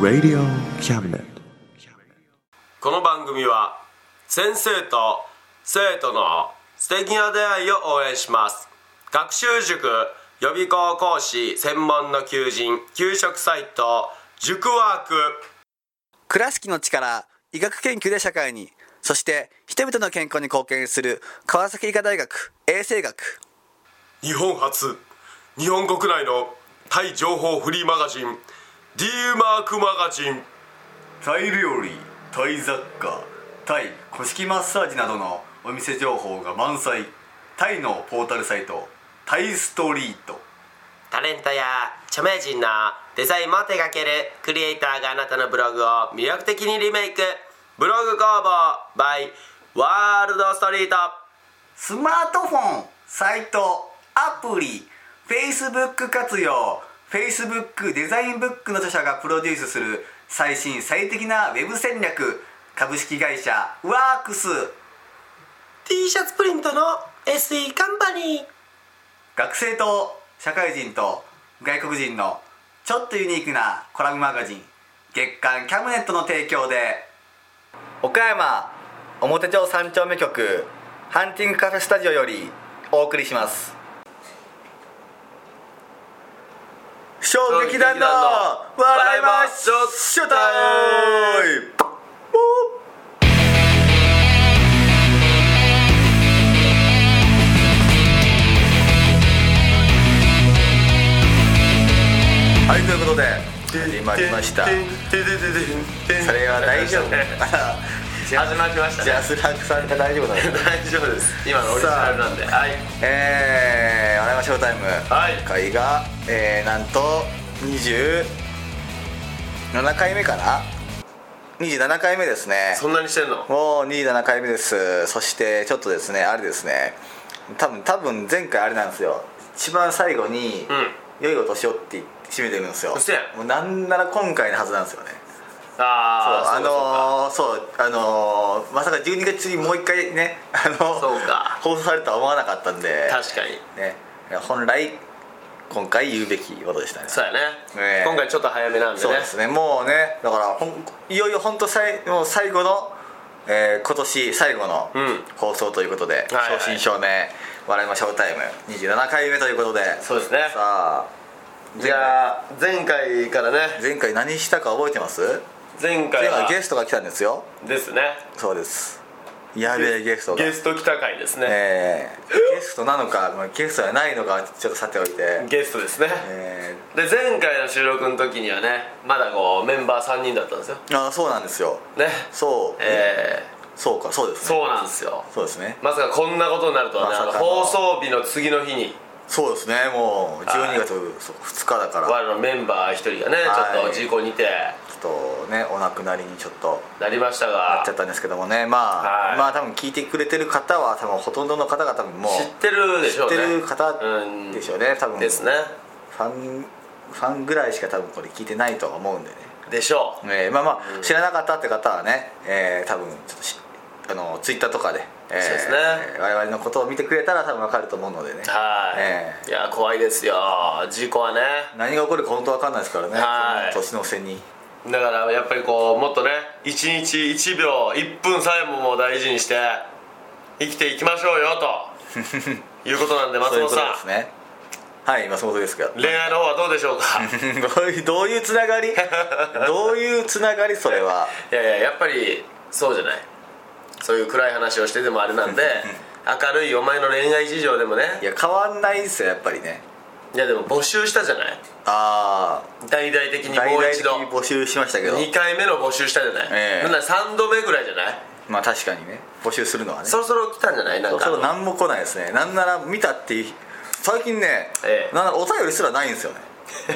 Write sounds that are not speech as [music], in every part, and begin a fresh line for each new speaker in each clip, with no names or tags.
Radio Cabinet.
この番組は先生と生徒の素敵な出会いを応援します学習塾予備校講師専門の求人給食サイト塾ワーク
倉敷の力医学研究で社会にそして人々の健康に貢献する川崎医科大学衛生学
日本初日本国内のタイ情報フリーマガジン D マークマガジン
タイ料理タイ雑貨タイ古式マッサージなどのお店情報が満載タイのポータルサイトタイストリート
タレントや著名人のデザインも手掛けるクリエイターがあなたのブログを魅力的にリメイクブログ工房 by ワールドストリート
スマートフォンサイトアプリ Facebook 活用 Facebook デザインブックの著者がプロデュースする最新最適なウェブ戦略株式会社ワークス
T シャツプリントの SE カンパニー
学生と社会人と外国人のちょっとユニークなコラムマガジン月刊キャムネットの提供で岡山表町三丁目局ハンティングカフェスタジオよりお送りします衝撃弾の笑いましょショータイムはいということで始まりましたそれは大丈夫
始まりました
ジ
ね
ャスラックさんが大丈夫なの
大丈夫です今のオリジナルなんではい
えー、笑いましょうタイム、
はい
今回が、えー、なんと27回目かな27回目ですね
そんなにしてんの
もう27回目ですそしてちょっとですねあれですね多分多分前回あれなんですよ一番最後に
うん
「良いお年を」って締めてるんですよ
嘘やん
もうなんなら今回のはずなんですよね
ああ
あのーそうあのーまさか12月にもう一回ねあの
そうか
放送されるとは思わなかったんで
確かに
ね、本来今回言うべきことでしたね
そうやね
ねえ
今回ちょっと早めなんでね
そうですねもうねだからほんいよいよ本当最もう最後の、えー今年最後の
うん
放送ということで、
はいはい
正真正銘笑いましょうタイム27回目ということで
そうですね
さあ
いやー前回からね
前回何したか覚えてます
前回
前
は
回ゲストが来たんですよ
ですね
そうですやべえゲストが
ゲスト来た回ですね
えーゲストなのかまあゲストじゃないのかちょっとさておいて、
ゲストですね
え
で前回の収録の時にはねまだこうメンバー3人だったんですよ
ーああそうなんですよ
ね
そう、
え
そうかそうで
ー、
すね
そうなんですよ
そうですね
まさかこんなことになるとはね、
まさか
あ
の
の放送日の次の日に
そうですねもう
はい
12月2日だから
我らのメンバー一人がね
はい
ちょっと事故にて
ちょっとねお亡くなりにちょっと
なりました
な
が
っちゃったんですけどもねま
は
あ
い
まあ多分聞いてくれてる方は多分ほとんどの方が多分もう
知ってるでしょう
知
ね
ってる方
うん
でしょうね多分
ですね
ファンファンぐらいしか多分これ聞いてないとは思うんでね
でしょう
えーまあまあ知らなかったって方はねえー多分ちょっとしあのツイッターとかでえー
そうですね
えー我々のことを見てくれたら多分わかると思うのでね
はい、
ええ
いや怖いですよ事故はね
何が起こるか本当わかんないですからね
はい
その年の瀬に
だからやっぱりこうもっとね一日1秒1分さえももう大事にして生きていきましょうよ
[laughs]
ということなんで松
そういう
本
こと
さん
ですねはい松本ですけど [laughs]
恋愛の方はどうでしょうかい
どういうどういうつながり
[laughs]
どういうつながりそれは
やいややっぱりそうじゃないそういう暗い話をしてでもあれ
[laughs]
なんで明るいお前の恋愛事情でもね
いや変わんないんすよやっぱりね
いやでも募集したじゃない
ああ
大々的に
大
もう
々
一
的
度
に募集しましたけど
2回目の募集したじゃない、
ええ
なんなら3度目ぐらいじゃない
まあ確かにね募集するのはね
そろそろ来たんじゃないなんか
そろそろ何も来ないですねなんなら見たっていう最近ね、
ええ
なんならお便りすらないんで
[laughs]
すよね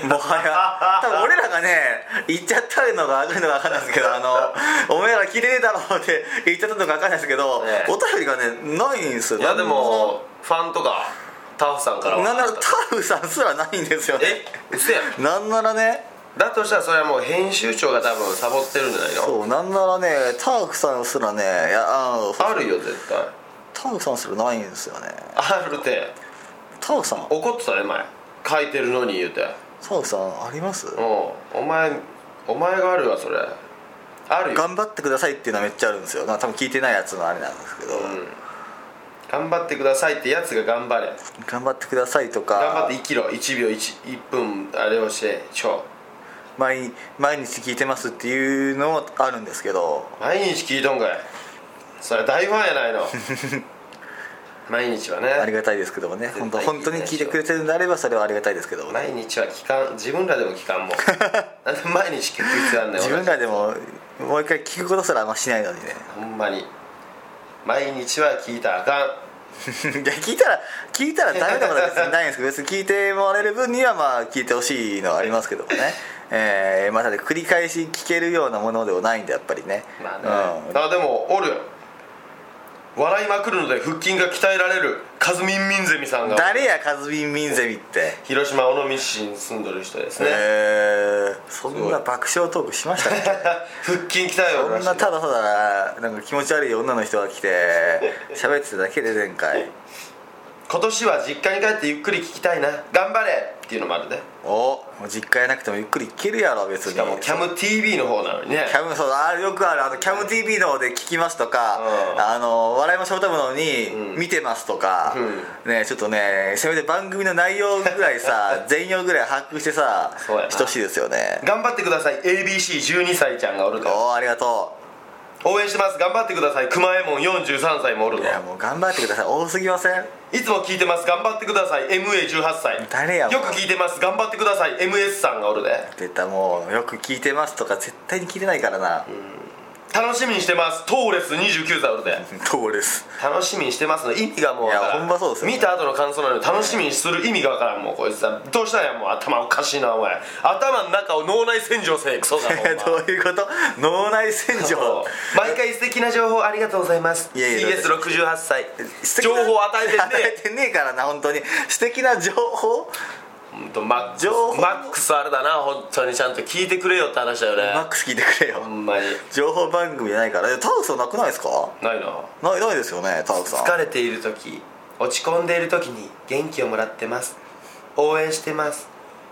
もはや多分俺らがね言っちゃったのが悪いのか分かんないですけど
[laughs]
あの「お前ら聞いてねえだろ」って言っちゃったのか分かんないですけど、
ええ
お便りがねないんですよ
いやで
何も
もファンとかタフさんからは
なんならタフさんすらないんですよね
え嘘やん
なんならね
だとしたらそれはもう編集長が多分サボってるんじゃないの
そうなんならねタフさんすらねいやあの
あるよ絶対
タフさんすらないんですよね
あるって
タフさん
怒ってたね前書いてるのに言うて
澤さんあります
うんお前お前があるわそれあるよ
頑張ってくださいっていうのはめっちゃあるんですよなんか多分聞いてないやつのあれなんですけど、
頑張ってくださいってやつが頑張れ
頑張ってくださいとか
頑張って生きろ1秒 1, 1分あれをしてちょ
毎毎日聞いてますっていうのもあるんですけど
毎日聞いとんかいそれ大ファンやないの
[laughs]
毎日はね
ありがたいですけどもね本当
絶対聞いてないでしょ
本当に聞いてくれてるんであればそれはありがたいですけどもね
毎日は聞かん自分らでも聞かんもんなんで毎日聞く必要あんねん
自分らでももう一回聞くことすらあんましないのにね [laughs]
ほんまに毎日は聞いたらあかん
いや聞いたら聞いたらダメなことは別にないんですけど別に聞いてもらえる分にはまあ聞いてほしいのはありますけどもねえー、まあただ繰り返し聞けるようなものではないんでやっぱりね
まあね、あでもおるよ笑いまくるので腹筋が鍛えられるカズミンミンゼミさん
うん、
が
誰やカズミンミンゼミって
広島尾道市に住んでる人ですね、
えー、そんな爆笑トークしまし
[laughs]
たっけ
腹筋鍛えよ
そ
るら
ん
しい
なただただなんか気持ち悪い女の人が来て
[laughs]
喋ってただけで前回
今年は実家に帰ってゆっくり聞きたいな頑張れっていうのもあるね
おもう実家やなくてもゆっくり聞けるやろ別に
しかもキャム TV の方なのにね
キャムそうあよくあるあのキャム TV の方で聞きますとか、
うん
あの笑いましょうたぶのに
うん
見てますとか、ねちょっとねせめて番組の内容ぐら
[laughs]
いさ全容ぐらい把握してさ
そうやな
してほしいですよね
頑張ってください ABC12 歳ちゃんがおると
おおありがと
応援してます頑張ってください熊右衛門43歳もおる
う
と
いやもう頑張ってください多すぎません
いつも聞いてます頑張ってください MA18 歳
誰やもう
よく聞いてます頑張ってください MS さんがおるで
出たもうよく聞いてますとか絶対に聞いてないからな、
楽しみにしてますトーレス29歳おるで
どうです
楽しみにしてますの意味がもう
いや
わから
ほんまそうですよね
見た後の感想なのに楽しみにする意味がわからんもうこいつさ [laughs] どうしたんやもう頭おかしいなお前頭の中を脳内洗浄せえクソが
[laughs]
[laughs]
どういうこと脳内洗浄
毎回素敵な情報ありがとうございます
いやいや
いいです68歳
素敵
[laughs] 情
な
報与えてね
与えてねえからな本当に素敵な情報
ほんとマックス
情報
マックスあれだな本当にちゃんと聞いてくれよって話だよ
マッ
ね
クス聞いてくれよ
ほんまに
情報番組じゃないからえタウさんなくないですか
ないな
ないないですよねタウさん
疲れている時落ち込んでいる時に元気をもらってます応援してます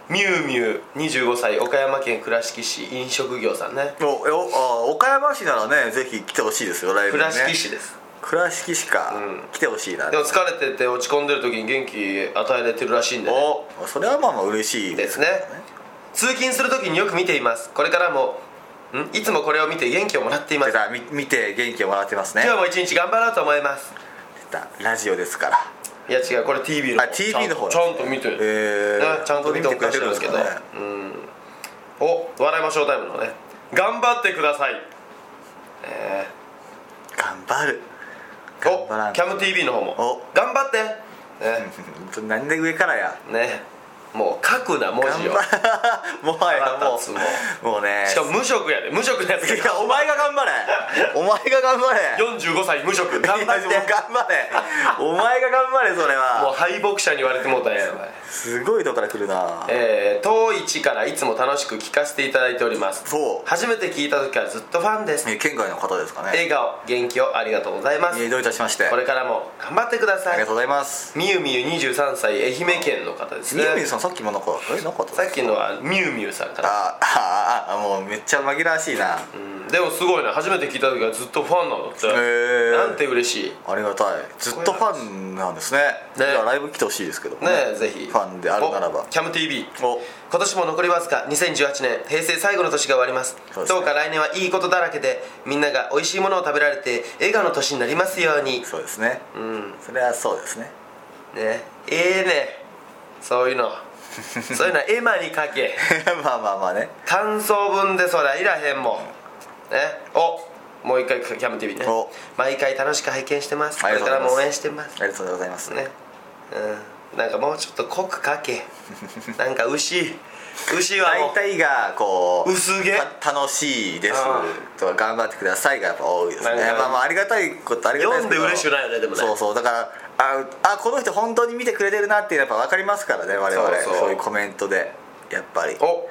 ミュウミュウ25歳岡山県倉敷市飲食業さんね
おえおあ岡山市ならねぜひ来てほしいですよライブにね
倉敷市です
倉敷市か、
うん
来てほしいな
でも疲れてて落ち込んでる時に元気与えれてるらしいんで、ね、
おそれはまあまあ嬉しい
ですね通勤する時によく見ていますこれからもんいつもこれを見て元気をもらっていま
出
す
たみ見て元気をもらってますね
今日も一日頑張ろうと思います
出たラジオですから
いや違うこれ TV の
あ TV の方
ちゃんとちゃんと見て
え
る、
ー、
ねちゃんと見てお
本当に
かしいんですけど
見てくれてるんですかね
お笑いましょうタイムのね頑張ってくださいえ
頑張る
ーお
頑張らん
キャム TV の方も
お
頑張ってね
本当に何で上からや
ねもう書くな文
頑
字を
張 [laughs] もはや
腹
も
立つも
うもうね
しかも無職やで無職のやつ
いや
が
お前が頑張れお前が頑張れ
45歳無職頑張って
いやもう頑張れお前が頑張れそれ
もう
は
敗北者に言われてもうたんやお前
すごいとこから来るな
えー、当一からいつも楽しく聞かせていただいております
そう
初めて聞いた時からずっとファンです
え県外の方ですかね
笑顔元気をありがとうございます
えどういたしまして
こ
あ
れからも頑張ってくださ
りが
い
とうございます
みゆみゆ23歳愛媛県の方ですね
みゆみゆさんさっきもなんかえなかった
さっきのはみゆみゆさんから、
ああああもうめっちゃ紛らわしいな
うんでもすごいね初めて聞いた時はずっとファンなのって、
ー
なんて嬉しいね
ありがたいずっとファンなんですねじゃあライブ来てほしいですけども
えぜひ
ファンであるならば
キャム t v
お
今年も残りわずか2018年平成最後の年が終わります
そうですね
どうか来年はいいことだらけでみんなが美味しいものを食べられて笑顔の年になりますように
そうですね
うん
それはそうですね [laughs]
ねええねそう
[laughs]
いうのそういうのは絵馬にかけ
まあまあまあね
感想文でそりゃいらへんもんねおもう一回キャム TV ね
お
毎回楽しく拝見してますこ
あり
れ
がと
か
うご
ら
ざいます
も応援してます
ありがとうございます
ねうんなんかもうちょっと濃くか
[laughs]
けなんか牛牛はも
大
う
体がこう
薄毛
た楽しいです
あ
とか頑張ってくださいがやっぱ多いですね
なんか
まあまあありがたいことありがたいですけ
読ん
ど
で嬉しくないよねでもね
そうそうだからああこの人本当に見てくれてるなっていうのはやっぱ分かりますからね我々
そ
そうう
そう
いうコメントでやっぱり
お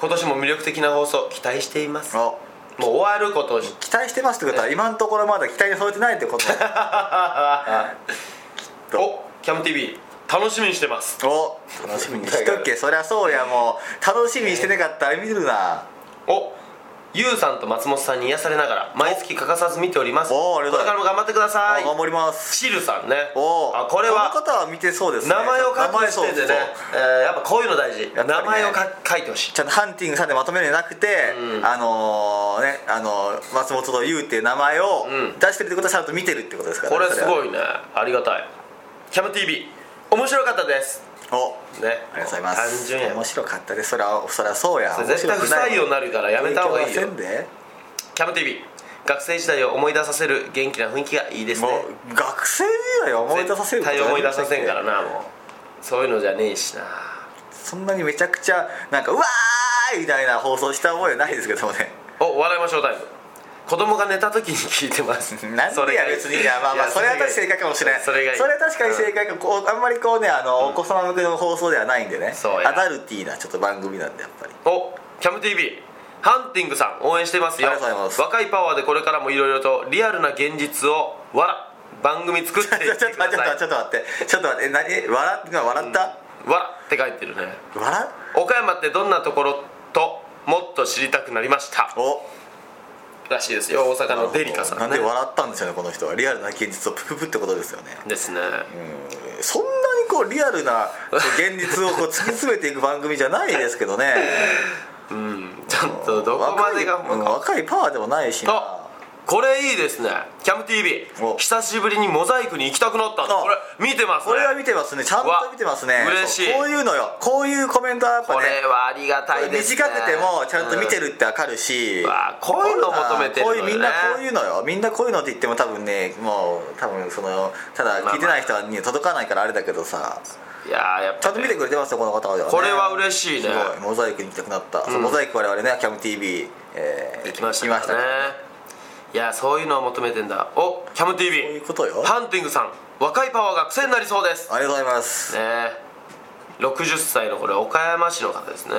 今年も魅力的な放送期待していますもう
お
終わることをし
期待してますってことは今の
[laughs]
ところまだ期待に添えてないってこと
おキャム TV
楽しみにしてます
お楽しみにしとけそりゃそうやもう楽しみにしてなかったら見るな
おゆうさんと松本さんに癒されながら毎月欠かさず見ております
お
こ
あ
れ
りがとう
からも頑張ってください
あ頑張ります
シルさんね
お
あこれは
この方は見てそうですね
名前を書く時点でね
名前そうそう
えーやっぱこういうの大事、
ぱりね
名前をか書いてほしい
ちゃんとハンティングさんでまとめるんじゃなくて、
うん
あのーねあのー松本と優っていう名前を
うん
出してるってことはちゃんと見てるってことですから
これすご
い
いねありがたいキャム TV 面白かったです
お
ね
ありがとうございます
単純や
面白かったですそりゃそりゃそうや
それ絶対
面白くな
不採
い
用になるからやめた方がいいよ
勉強はせんで
キャム TV 学生時代を思い出させる元気な雰囲気がいいですね
もう学生時代を思い出させる
絶対思い出させんから
な
なもうそういうのじゃねえしな
そんなにめちゃくちゃなんかうわーみたいな放送した覚えないですけどもね
[laughs] お笑いましょうタイム子供が寝た時に聞いてます
なんでや別にいやまあまあそれは確かに正解かもしれない
それがいい
それは確かに正解か、こうあんまりこうねあの、お子様向けの放送ではないんでね
そうや
アダルティーなちょっと番組なんでやっぱ
[laughs]
り
おキャム TV ハンティングさん応援してますよ
ありがとうございます
若いパワーでこれからもいろいろとリアルな現実を笑番組作ってい
ちょ
っ
っと
てくだ
ちょっ
さ
と
い
ちょっと待ってちょっと待ってえ何え笑っ今笑った、
笑って書いてるね
笑っ
岡山ってどんなところともっと知りたくなりました
お
らしいですよ大阪のデリカさ
なんん
ね
で笑ったんですよねこの人はリアルな現実をプププってことですよね
ですね
そんなにこうリアルなこう現実をこう突き詰めていく番組じゃないですけ
[laughs]
どね
うんちょっとどこまでが
若いうん若いパワーでもないしな
あこれいいですねキャム TV
お
久しぶりにモザイクに行きたくなった
あ
これ見てますね
これは見てますねちゃんと見てますね
うわ嬉しい
そうこういうのよこういうコメントはやっぱ
こ
ね
れはありがたいですね
短くてもちゃんと見て
る、
るってわかるし、
うんわあこういうのを求めてるの
こう
よ
い
ね
うみんなこういうのよみんなこういうのって言っても多分ねもう多分そのただ聞いてない人には届かないからあれだけどさ
いやーやっ
ちゃ
ぱ
んと見てくれてますよこの方は、ね、
これは嬉しいね
すごいモザイクに行きたくなった、そうモザイク我々ねキャム TV えー
行きましたからねいやそういうのを求めてんだおキャム
そういう
TV
ことよあ
ハンティングさん若いパワーが癖になりそうですね
りがとうございます、
え60歳のこれ岡山市の方ですね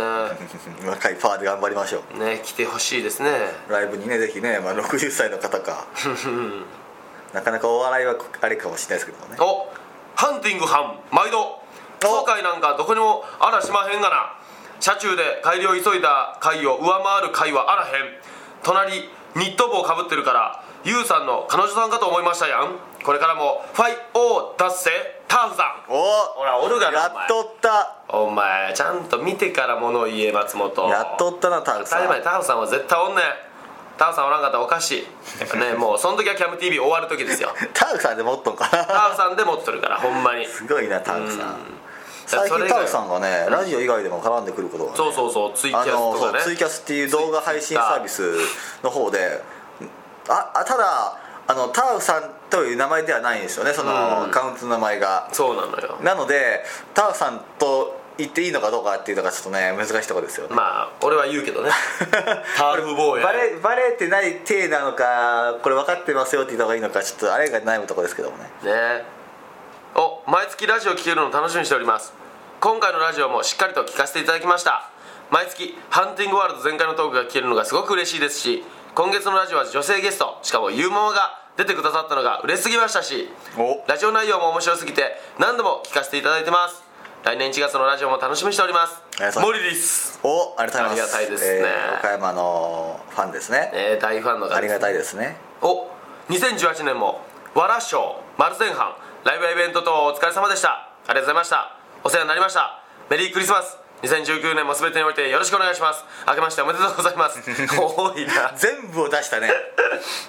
若いパワーで頑張りましょう
ね来てほしいですね
ライブにねぜひね、まあ、60歳の
[laughs]
方かなかなかお笑いはあれかもしれないですけどもね
おハンティング班毎度東海なんかどこにもあらしまへんがな車中で帰りを急いだ回を上回る回はあらへん隣ニット帽かぶってるからゆうさんの彼女さんかと思いましたやんこれからもファイオー達成ターフさん
おお
ほらおるがな
や
お前
っとった
お前ちゃんと見てから物を言え松本
やっとったなタウ
当
さ
たり前
ん
ターフさんは絶対おんねんターフさんおらんかったらおかしいやっぱねもうその時はキャム TV 終わる時ですよ
[laughs] タウさんで持っとんか
タ
な [laughs]
ーフさんで持っとるからほんまに
すごいなタウさん最
それ
近
以外
タウさんがねラジオ以外でも絡んでくることがね
そうそうそうツイキャ
あ
スと
の
か
そ
ね
うツイキャスっていう動画配信サービスの方でああただあのタウさんという名前ではないんですよねその、
うん
カウントの名前が
そうなのよ
なのでタウさんと言っていいのかどうかっていうのがちょっとね難しいところですよね、
まあ俺は言うけどねターフボーイ
バレバレてない体なのかこれ分かってますよって言った方がいいのかちょっとあれが悩むところですけどもね
ねお毎月ラジオ聴けるの楽しみにしております今回のラジオもしっかりと聞かせていただきました毎月ハンティングワールド全開のトークが聞けるのがすごく嬉しいですし今月のラジオは女性ゲストしかもゆうママが出てくださったのが嬉しすぎましたし
お
ラジオ内容も面白すぎて何度も聞かせていただいてます来年1月のラジオも楽しみにしており
ありが
ます
とうご
モ
ざ
リリス、
おありがとうございます
ありがたいですね
えー岡山のファンですね
えー、大ファンの方です
ありがたいですね
お2018年も「わらショー丸前半」ライブやイベント等お疲れ様でしたありがとうございましたお世話になりましたメリークリスマス2019年も全てにおいてよろしくお願いします明けましておめでとうございます
[laughs]
多いな
全部を出したね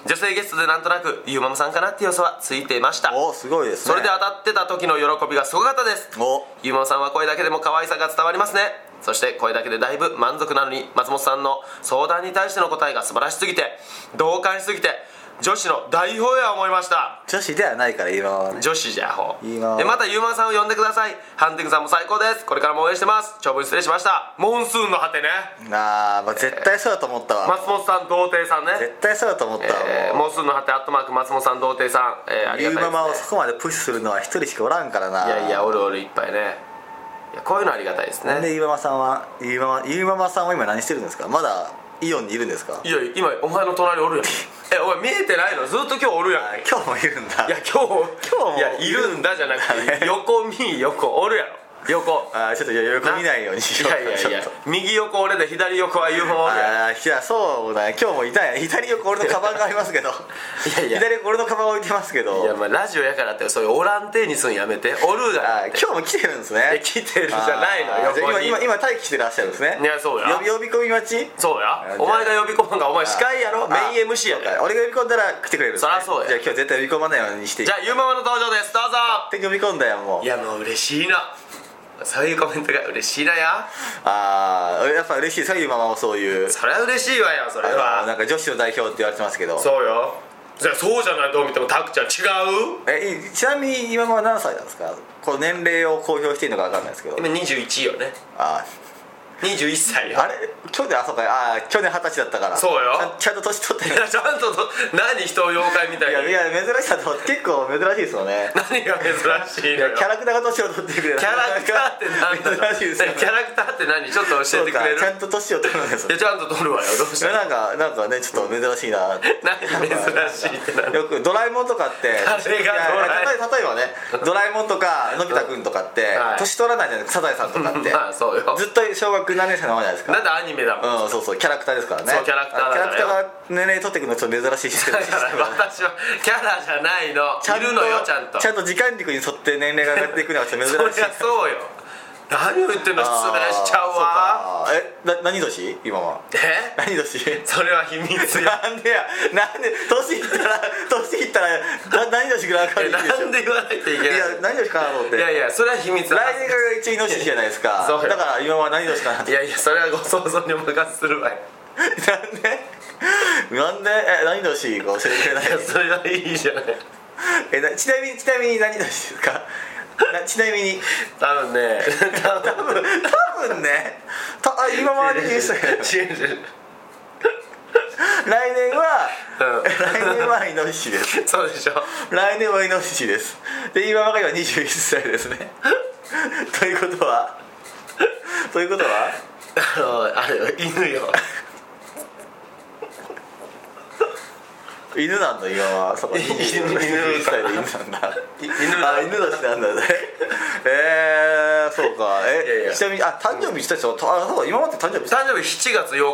女性ゲストでなんとなくゆうままさんかなって予想はついていました
おすごいですね
それで当たってた時の喜びがすごかったです
お
ゆうままさんは声だけでも可愛さが伝わりますねそして声だけでだいぶ満足なのに松本さんの相談に対しての答えが素晴らしすぎて同感しすぎて女子の代表や思いました
女子ではないから今はね
女子じゃほ
いいな
えまたユーマンさんを呼んでくださいハンティングさんも最高ですこれからも応援してます長文失礼しましたモンスーンの果てね
あー、まあ絶対そうだと思ったわ
松本さん童貞さんね
絶対そうだと思ったわ
えー
も
モンスーンの果てアットマーク松本さん童貞さん、えー、あ
う
りが
言う
たい
ままを
で
そ
す、
こまでプッシュするのは一人しかおらんからな
ね、いやいやおるおるいっぱいねいやこういうのありがたいです
なんで
ね
ゆうままさんはゆうままゆうままさんは今何してるんですかまだイオンにいるんですか [laughs]
いや今お前の隣おるやんえお前見えてないのずっと今日おるやん
今日もいるんだ
いや今日
今日も
いやいるんだじゃなくて横見横おるやろ横
あーちょっといや横見ないようにし
い
よう
やいやいや
[laughs] ちょっと
右横俺で左横は UFO おるやん
あーいやそうだね今日もいたい左横俺のカバンがありますけど
いやいや
左横俺のカバン置いてますけど
いやまあラジオやからってそういうおらんてにすんやめておるだ
あ
ろ
ー
って
今日も来てるんですね
いや来てるじゃないの
あーじゃあ
横に
今今今待機してらっしゃるんですね
いやそうや
よ呼び込み待ち
そうやお前が呼び込むんがお前司会やろ
あ
メイン MC や
あ
で
俺が呼び込んだら来てくれるんですね
そらそうや
じゃあ今日絶対呼び込まないようにして
じゃあゆうママの登場ですどうぞ
って呼び込んだよもう
いやもう嬉しいなそういうコメントが嬉しいなや
ああやっぱ嬉しいですかゆうママもそういう
それは嬉しいわよそれ
あの
は
なんか女子の代表って言われてますけど
そうよじゃあそうじゃないどう見てもタクちゃん違う
えいちなみに今は何歳なんですかこの年齢を公表していいのか分かんないですけど
今21よね
あ
21歳
ーあ
よ
れ去年あそうかあー去年二十歳だったから
そうよ
ちゃんちゃんと年取っ
[laughs] い
てる
やちゃんとと何人を妖怪みた
い
い
や
に
いや珍しさと結構珍しいですよね
何が珍しい
い
の
や
よ
キャラクターが年を取ってくれる
キャラクターって何だ
[laughs] 珍しいですよね
[laughs] キャラクターって何ちょっと教えてくれ
そうかちゃ
る
んと年を取るんで
[laughs]
す
いやちゃんと撮るわよどうした
なんかなんかねちょっと珍しいなって
何珍しいってな
よくドラえもんとかって
誰がドラえ
いや例えば例えばねドラえもんとかのび太くんとかって
はい
年取らないじゃないですかサザエさんとかって
まあそうよ
ずっと小学何年生のままじゃないですか
なんでアニメだもん
うんそうそうキャラクターですからね
そうキャラクターだからよ
キャラクターが年齢取ってくるのちょっと珍しいシステム
だ
で
か
す
ら私はキャラじゃないのいるのよちゃんと
ちゃんと時間軸に沿って年齢が上がっていくのはちょっと珍しい
そりゃ [laughs] そうよ何を言ってんの失礼しちゃうわ
あーそうかえな何年今は
え
何年
それは秘密
[laughs]
よ
なんでやなんで年いったら年いったらな何年ぐらい上が
え
るんで
なん
し
で言わなきゃいけない
ょいや何年かなと思って
いやいやそれは秘密だ
来年が一位年じゃないですか
そうよ
だから今は何年かなと
いやいやそれはご想像にお任せするわよ
なんでなんでえ何年か教えてくれない
いやそれはいいじゃない
えなちなみにちなみに何年ですかなちなみに
多分ね多分
多分多分ねたあ今まで言う人や来
[laughs] 違う違う
年は
うん
来年はイノシシです
そうでしょ
来年はイノシシですで今までは21歳ですねということはということは
あのあれよ犬よ
犬なんだ今はそ
[laughs]
こ
犬
21歳で犬なんだ
犬
あ犬だしなんだねえー、そうかえ
いやいや
ちなみにあ誕生日したでしょあそうだ今まで誕生日した
誕生日7月8日よ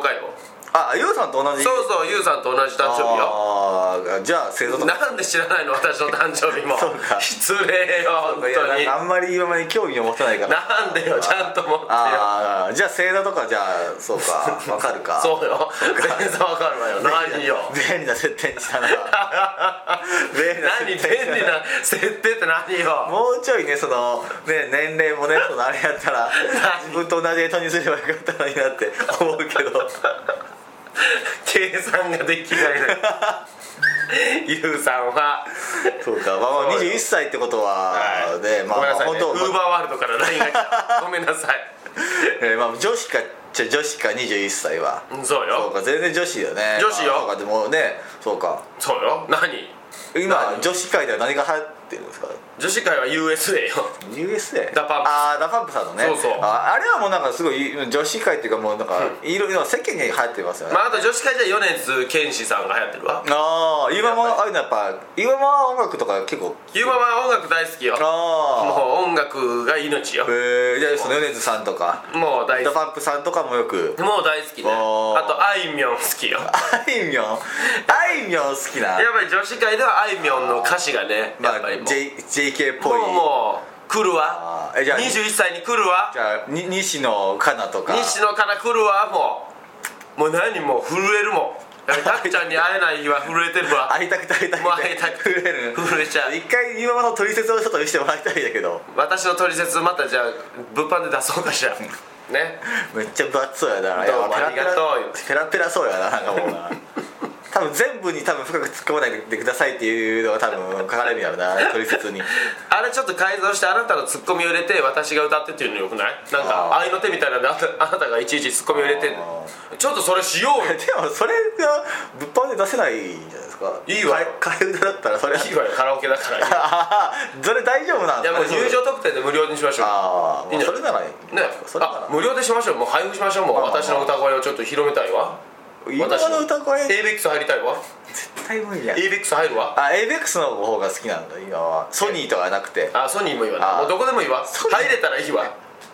あゆうさんと同じ
そうそうゆうさんと同じ誕生日よ
あーじゃあ星座とか
なんで知らないの私の誕生日も
そうか
失礼よ本当
いやなん
に
かあんまり今まで興味を持たないから
なんでよちゃんと持ってよ
ああじゃあ星座とかじゃあそうかわかるか
そうよ全然わかるわよ何よ
[laughs] 便利な設定にしたな便利な
[laughs] 何便
設定にした
利な設定って何よ
もうちょいねそのね年齢もね [laughs] そのあれやったら
何
自分と同じ干支にすればよかったのになって思うけど
[laughs] 計算ができないの
[laughs]
よゆうさんは
そうかまあまあ
そうよ
21歳ってこと
は
は、
い
ねまあ
ごめん
まあ
なさい
本
ね
当、
ウーバーワールドから LINE が来たごめんなさい
えーまあ女子かじゃあ女子か21歳は
うんそう
そう
よ
か全然女子だよね
女子よ
まあそうかでもねそうか
そうよ何
今
何
女子界では何が流行ってるんですか
女子会は USA
[laughs]
よ
USA
ダパンプ
あーダパンプさんのね
そうそう
ああれはもうなんかすごい女子界っていうかもうなんかいろいろ世間に流行ってますよね、
まああと女子会じゃ米津玄師さんが流行ってるわ
ああ今もああいうのやっぱ今もは音楽とか結構
ゆうママは音楽大好きよ
あ
もう音楽が命よ
あへえじゃあその米津さんとか
もう大
ダ
好
パンプさんとかもよく
きもう大好きね
あー
あとあいみょん好きよ
あいみょんあいみょん好きな
やっぱり女子会ではあいみょんの歌詞がね
ま
や
あ
っぱりもう、
J- JK っぽい
もうもう来るわ
あーえじゃあ
21歳に来るわ
じゃあに西野カナとか
西野から来るわもうもう何もう震えるもん
[laughs]
やっぱりタクちゃんに会えない日は震えてるわ
会いたくて会いたくて
もう会いたくて
震える
震えちゃう
[laughs] 一回今の取説をちょっと見せてもらいたいんだけど
私の取説またじゃあ物販で出そうかしらね
[laughs] めっちゃ分厚そうやな
どうも
いや
ありがとう
ペラペラペラペラそうやななんかもうな [laughs] 多分全部に多分深く突っ込まないでくださいっていうのが多分書かれるんやろな取説
[laughs]
に
あれちょっと改造してあなたのツッコミを入れて私が歌ってっていうのよくないなん
あー
か愛の手みたいなんであなあなたがいちいちツッコミを入れて
あ
ちょっとそれしよう
[laughs] で
よ
もそれが物販で出せないんじゃないですか
いいわよ
替え替え歌だったらそれ
いいわよカラオケだからい
ああ [laughs] それ大丈夫なんで
や
す
も
か
う
ね
入場特典で無料にしましょう
あ
い
あ
いんじゃ
そ
ない
れならいい
ね
それな
あ
ら
無料でしましょうもう配布しましょうもう
まあまあ
私の歌声をちょっと広めたいわ
今の歌声
ABEX 入りたいわ
絶対無理や
ABEX 入るわ
あ ABEX の方が好きなんだ今はソニーとかなくて
あソニーもいいわな
あー
もうどこでもいいわ入れたらいいわ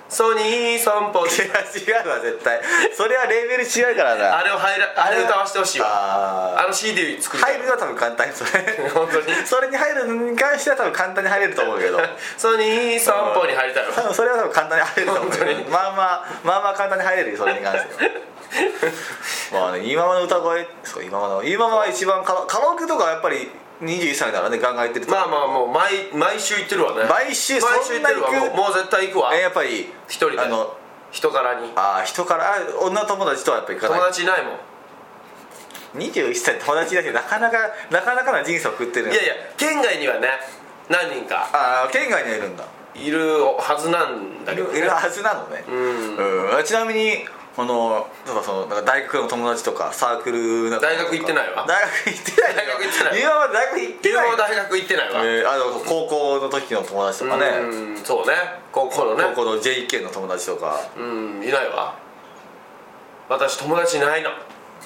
ソニー散歩
い [laughs] や違うわ絶対それはレーベル違うからな
あれを入らあれ歌わせてほしいわ
あ
あの CD 作
ー
る
入るのは多分簡単にそれ [laughs]
本当に
それに入るのに関しては多分簡単に入れると思うけど
ソニー散歩に入りたい
多
わ
分それは多分簡単に入れると思うけ
本当
どまあまあまあまあ簡単に入れるよそれに関して
[laughs]
はまあね今まの歌声そう今まの今まは一番カラカラオケとかはやっぱり21歳ならねガンガン行ってると
まあまあもう毎毎週行ってるわね
毎週
毎週行ってるわ
そん
も
な行
う
く
もう絶対行くわ
えやっぱり
一人で
あの
人柄に
あー人からあ女友達とはやっぱ行かない
友達いないもん
21歳友達だけどなかなかなかなかな人生送ってる
いやいや県外にはね何人か
ああ県外にはいるんだ
いるはずなんだ
い
けど
るい
ね
るはずなのね
うん
うんちなみにあの例えばそのなんか大学の友達とかサークルの
大学行ってないわ
大学行ってない
大学行ってない
今まで大学行って
龍
ない
王大学行ってないわ
えーあの高校の時の友達とかね
うんそうね高校のね
高校の JK の友達とか
うんいないわ私友達いないの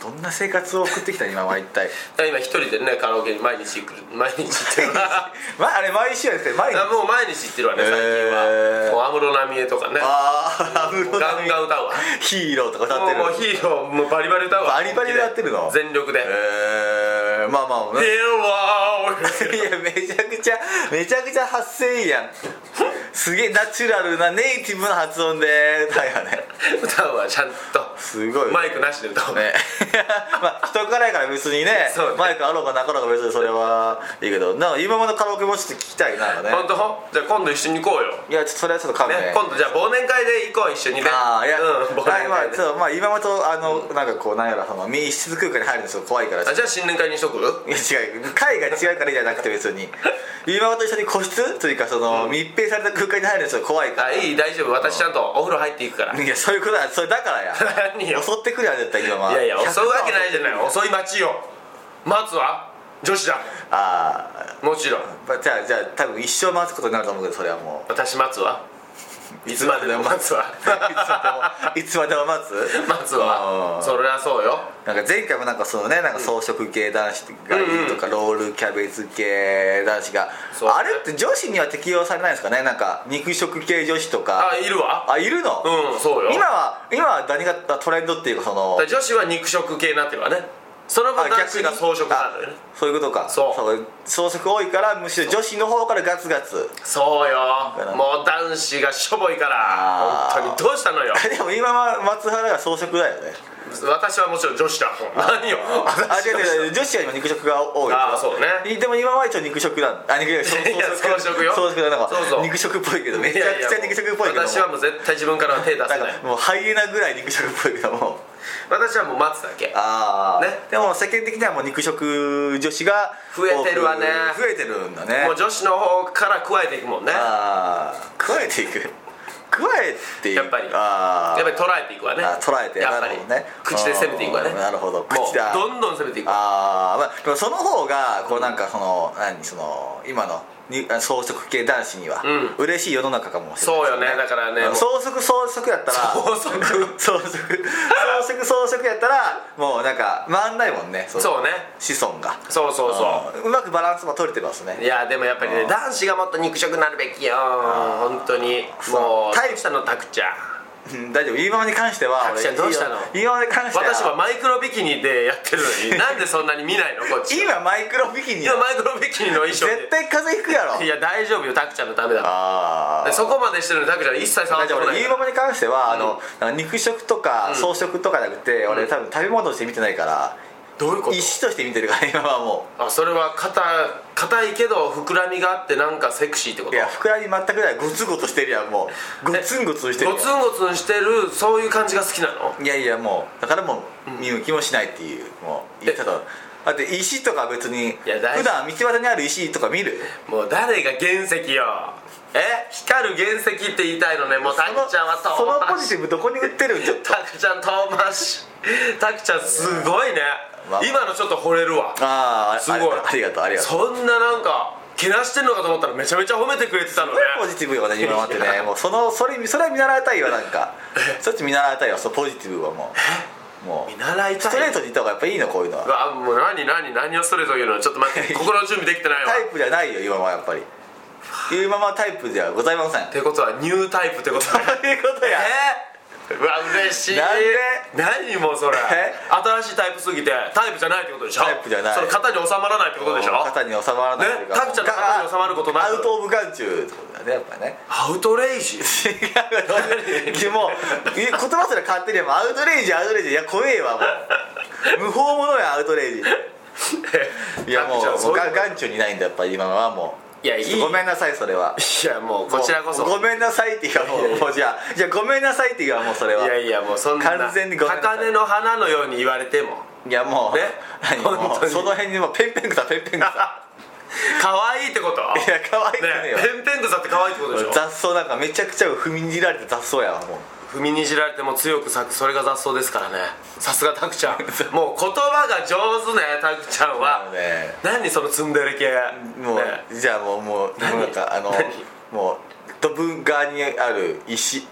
どんな生活を送ってきた今は一体
今一人でねカラオケに毎日行く毎日行ってる
[laughs]
わ
まあれ毎週やって毎日
あもう毎日行ってるわね最近
へ
は
ー
もう安室奈美恵とかね
ああ安室
ガンガン歌うわ
ヒーローとか歌ってる
もうもうヒーローもうバリバリ歌うわ
バリバリ歌ってるの
全力で
えー、まあまあ
「ヒ
ね
ーロー」
いやめちゃくちゃめちゃくちゃ発声いいやんすげえナチュラルなネイティブな発音で歌うよね
歌うわちゃんと
すごい
マイクなしで歌う
ね [laughs] まあ人からやから別にね
そうね
マイクあろうかなかろうか別にそれはいいけどなんか今までカラオケもちょっと聞きたいなんかね
本当じゃあ今度一緒に行こうよ
いやちょっとそれはちょっと勘弁、
ね今度じゃあ忘年会で行こう一緒にね
ああいや、
うん忘
はい
年
まあ
会で
ちょっとまあ今まとあの、なんかこうなんやらその密室空間に入るのちょっと怖いから
あじゃあ新年会にしとく
いや違う階が違うからいいじゃなくて別に今と一緒に個室というかその、密閉された空間に入るのちょっと怖いか
[laughs] あ
ら
いい大丈夫私ちゃんとお風呂入っていくから
いやそういうことだそれだ
[laughs]
からや
何よ
襲ってくるや絶対今はい
やいや襲うわけないじゃないい遅い街よ待つわ女子だ
あ
もちろん
ーまあじゃあじゃあ多分一生待つことになると思うけどそれはも
私待つわ
う
いつまでも待つわ [laughs]
いつまでも待つ
待つわ
うん
そりゃそうよ
なんか前回もなんかそのねなんか装飾系男子がいるとか、ロールキャベツ系男子が
そう
あれって女子には適用されないんですかねなんか肉食系女子とか
あいるわ
あいるの、
うんそうよ
今は今は何がトレンドっていうかその
だから女子は肉食系になってるわねその
あ
分男
逆
子
に
が草食なのよね
そういうことか
そう
装飾多いからむしろ女子の方からガツガツ
そうよ
から
もう男子がしょぼいから
あー
本当にどうした
[laughs]
のよ
[laughs] でも今は松原が装飾だよね
私はもちろん女子だ何よ
あ
私
違う違う違う女子は今肉食が多い
あーそうね
でも今は一応肉食なんあ肉食
[laughs] いや装飾よ
装飾だなんか
そうそう
肉食っぽいけどめ
い
ちゃ
やい
く
や
ちゃ肉食っぽいけども
私はもう絶対自分からは手出せな
ないんかもうハイエナぐらい肉食っぽいけども
私はもう待つだけ
ああ、
ね
でも世間的にはもう肉食女子が多く
増えてるわね
増えてるんだね
もう女子の方から加えていくもんねや
ああ
[laughs]
加えていく加えていく
やっぱり
あ
っぱ
ー
り捉えていくわね
あ捉えて
やっぱり
なるほどね
口で攻めていくわね
うんなるほど
も
口
う
で
どんどん攻めていく
あー、まあ、でもその方がこうなんかその何その今のにあ装飾系男子には
ん
嬉しい世の中かもしれない
そうよねだからね
うん
もう
装飾装飾やったら
装飾
[laughs] 装飾装飾装飾やったらもうなんか回んないもんねその
そうね
子孫が
そうそうそう
うんうまくバランスも取れてますね
いやでもやっぱりね
うん
男子がもっと肉食になるべきよ本当に
そう
もう
タイプ
大したのタクちゃん
うん大丈夫言いままに関しては
タクちゃんどうしたの
言いままに関しては
私はマイクロビキニでやってるのになんでそんなに見ないのこっち
今マイクロビキニ
今マイクロビキニの衣装で
絶対風邪ひくやろ
いや大丈夫よタクちゃんのためだ
あ
でそこまでしてるのにタクちゃん一切触
大
って
丈
こ
夫
な
俺
い
言い
か
ままに関しては、あの肉食とか装飾とかなくて、俺多分食べ物として見てないから、
どういうこと
石として見てるか
[laughs]
ら今はも
らあそれは硬硬いけど膨らみがあってなんかセクシーってこ
うい
と
や膨らみ全くないゴツゴツしてるやんもうゴツンゴツンしてる
ゴツンゴツンしてるそういう感じが好きなの
やんいやいやもうだからもう見向きもしないっていう、もう言い方だって石とか別に
いや大
普段道端にある石とか見る
もう誰が原石よえ光る原石って言いたいのねもうタクちゃんは遠
その
回
ポ
し
ジティブどこに売ってるんちょっ
[laughs]
と
タクちゃん遠回しタクちゃんすごいね、
まあ
今のちょっと惚れるわ
ああ
すごい
ありがとうありがと
そ
う
んななんかけなしてんのかと思ったらめちゃめちゃ褒めてくれてたのね
ポジティブよね今までねもうそのそれそれは見習いたいよなんかそっち見習いたいよそうポジティブはもうもう
見習いたい
ストレートに言った方がやっぱいいのこういうの
う
は
わもう何何何をストレート言うのちょっと待って心の準備できてないわ
タイプじゃないよ今はやっぱり言うままタイプではございませ
[laughs]
ん
ってことはニュータイプってことだ
ということや
うわ嬉しい
なんで
何もうそれ
え
新しいタイプすぎてタイプじゃないってことでしょ
タイプじゃない
それ型に収まらないってことでしょ
肩に収まらないというか
ねタクちゃんの肩に収まることなく
アウト・オブ・眼中ってことだねやっ
[laughs]
ぱね
アウトレイジー
違うもう言葉すら変わってるよもうアウトレイジアウトレイジいや怖えわもう無法者やアウトレイジいやもう
タクちゃんそういうこと
が眼中にないんだやっぱ今のはもう
いやいい
ごめんなさいそれはい
やも [laughs] うこちらこそ
ごめんなさいって言うわもうもうじゃあじゃあごめんなさいって言うわもうそれはい
やいやもうそんな
完全にごめんなさい
高根の花のように言われても
いやもう
ね
何も
本当
う
に
その辺にもうペンペン草ペン
[laughs]
ペン草い
可愛いってことい
や可愛くねえ
ね
よ
ペンペン草って可愛いってことでしょ
雑草なんかめちゃくちゃ踏みにじられて雑草やわもう
踏みにじられても強く咲くそれが雑草です
[laughs]
からねさすがタクちゃんもう言葉が上手ねタクちゃん
あの
は
ね
何そのツンデレ系
もう、
ね
じゃあもうもう
何
もうなんかあの
何
もうドブ川にある石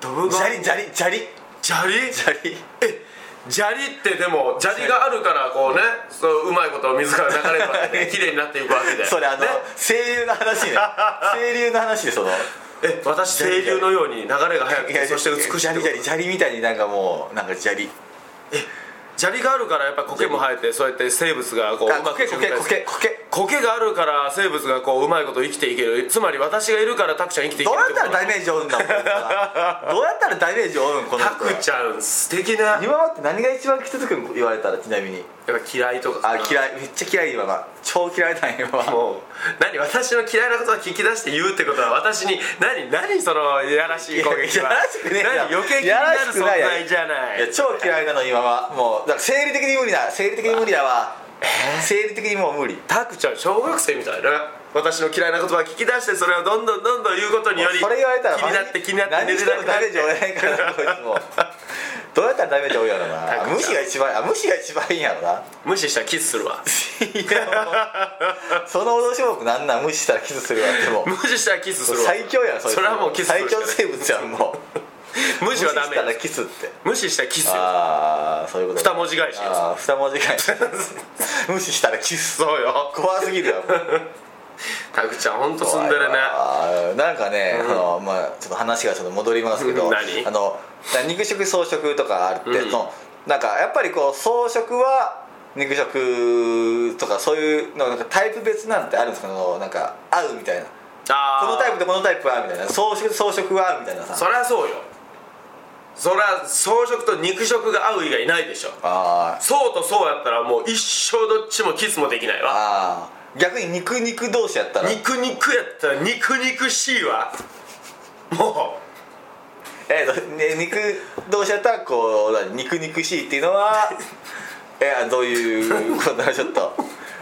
ドブ
砂
が
利砂利砂利
砂利
砂利
え砂利ってでも砂利があるからこうねそううまいこと水から流れるわけ
[laughs]
で綺麗になっていくわけで
それあの、
ね
清流の話
[laughs]
ね清流の話でその
え私
砂利
清流のように流れが速くてそして美しい
砂
って
利
こと
砂利砂利みたいになんかもうなんか砂利
砂利があるからやっぱ苔も生えてそうやって生物がこうう
あ
まく
苔苔苔苔苔
苔があるから生物がこううまいこと生きていけるつまり私がいるからタクちゃん生きてい
ど
け
う
る
や
って
っ
こ
た
と
らダメージ負うんだもんこいつはどうやったらダメージ負うんこの
タ
人は
クちゃん素敵なやっ
今まで何が一番傷つくの言われたらちなみに
ぱ嫌いとか
あ
さ
嫌いめっちゃ嫌い今は超嫌いなんよ今は
もう何私の嫌いなことを聞き出して言うってことは私に何何そのやらしい攻撃はい
やいややらしくねえよ
何余計気になる存
やらしくない
在じゃない
いや超嫌いなの今はもうだから生理的に無理だ生理的に無理だわ、生理的にもう無理
タクちゃん小学生みたいな私の嫌いな言葉を聞き出してそれをどんどんどんどん言うことにより
それ言われたら
気になって気になって
何
寝
して
れな
も
くな
ダ
っ
メージ負えないからこいつもどうやったらダメージ負うやろ
タ
な
ク
無視が一番あ無視が一番いいんやろな
無視したらキスするわ
その脅し文句なんなん無視したらキスするわってもう
無視したらキスするわ
最強やんいつ
それはもうキスす
最
るしかな
強
い
生物やんもう
無
無
視はダ
視したら
メ
キスって
無視したらキスよ
ああそういうこと
二文字返しよ
あー二文字返し [laughs] 無視したらキス
そうよ
怖すぎるよ
タクちゃんほんと住んでるね
あーなんかね、あのまあちょっと話がちょっと戻りますけど、
うん何
あの肉食草食とかあるって、
うん
そのなんかやっぱりこう草食は肉食とかそういうのなんかタイプ別なんてあるんですかどなんか合うみたいな
あ
こ
ー
のタイプとこのタイプはみたいな草食と草食は合うみたいな
そ
さ
りゃそうよそりゃ草食と肉食が合う以外ないでしょ
あー
そうとそうやったらもう一生どっちもキスもできないわ
あー逆に肉肉同士やったらえ
肉肉やったら肉肉しいわも
ーとね肉同士やったらこう何肉肉しいっていう
[laughs]
のはいやどういうことなのちょっと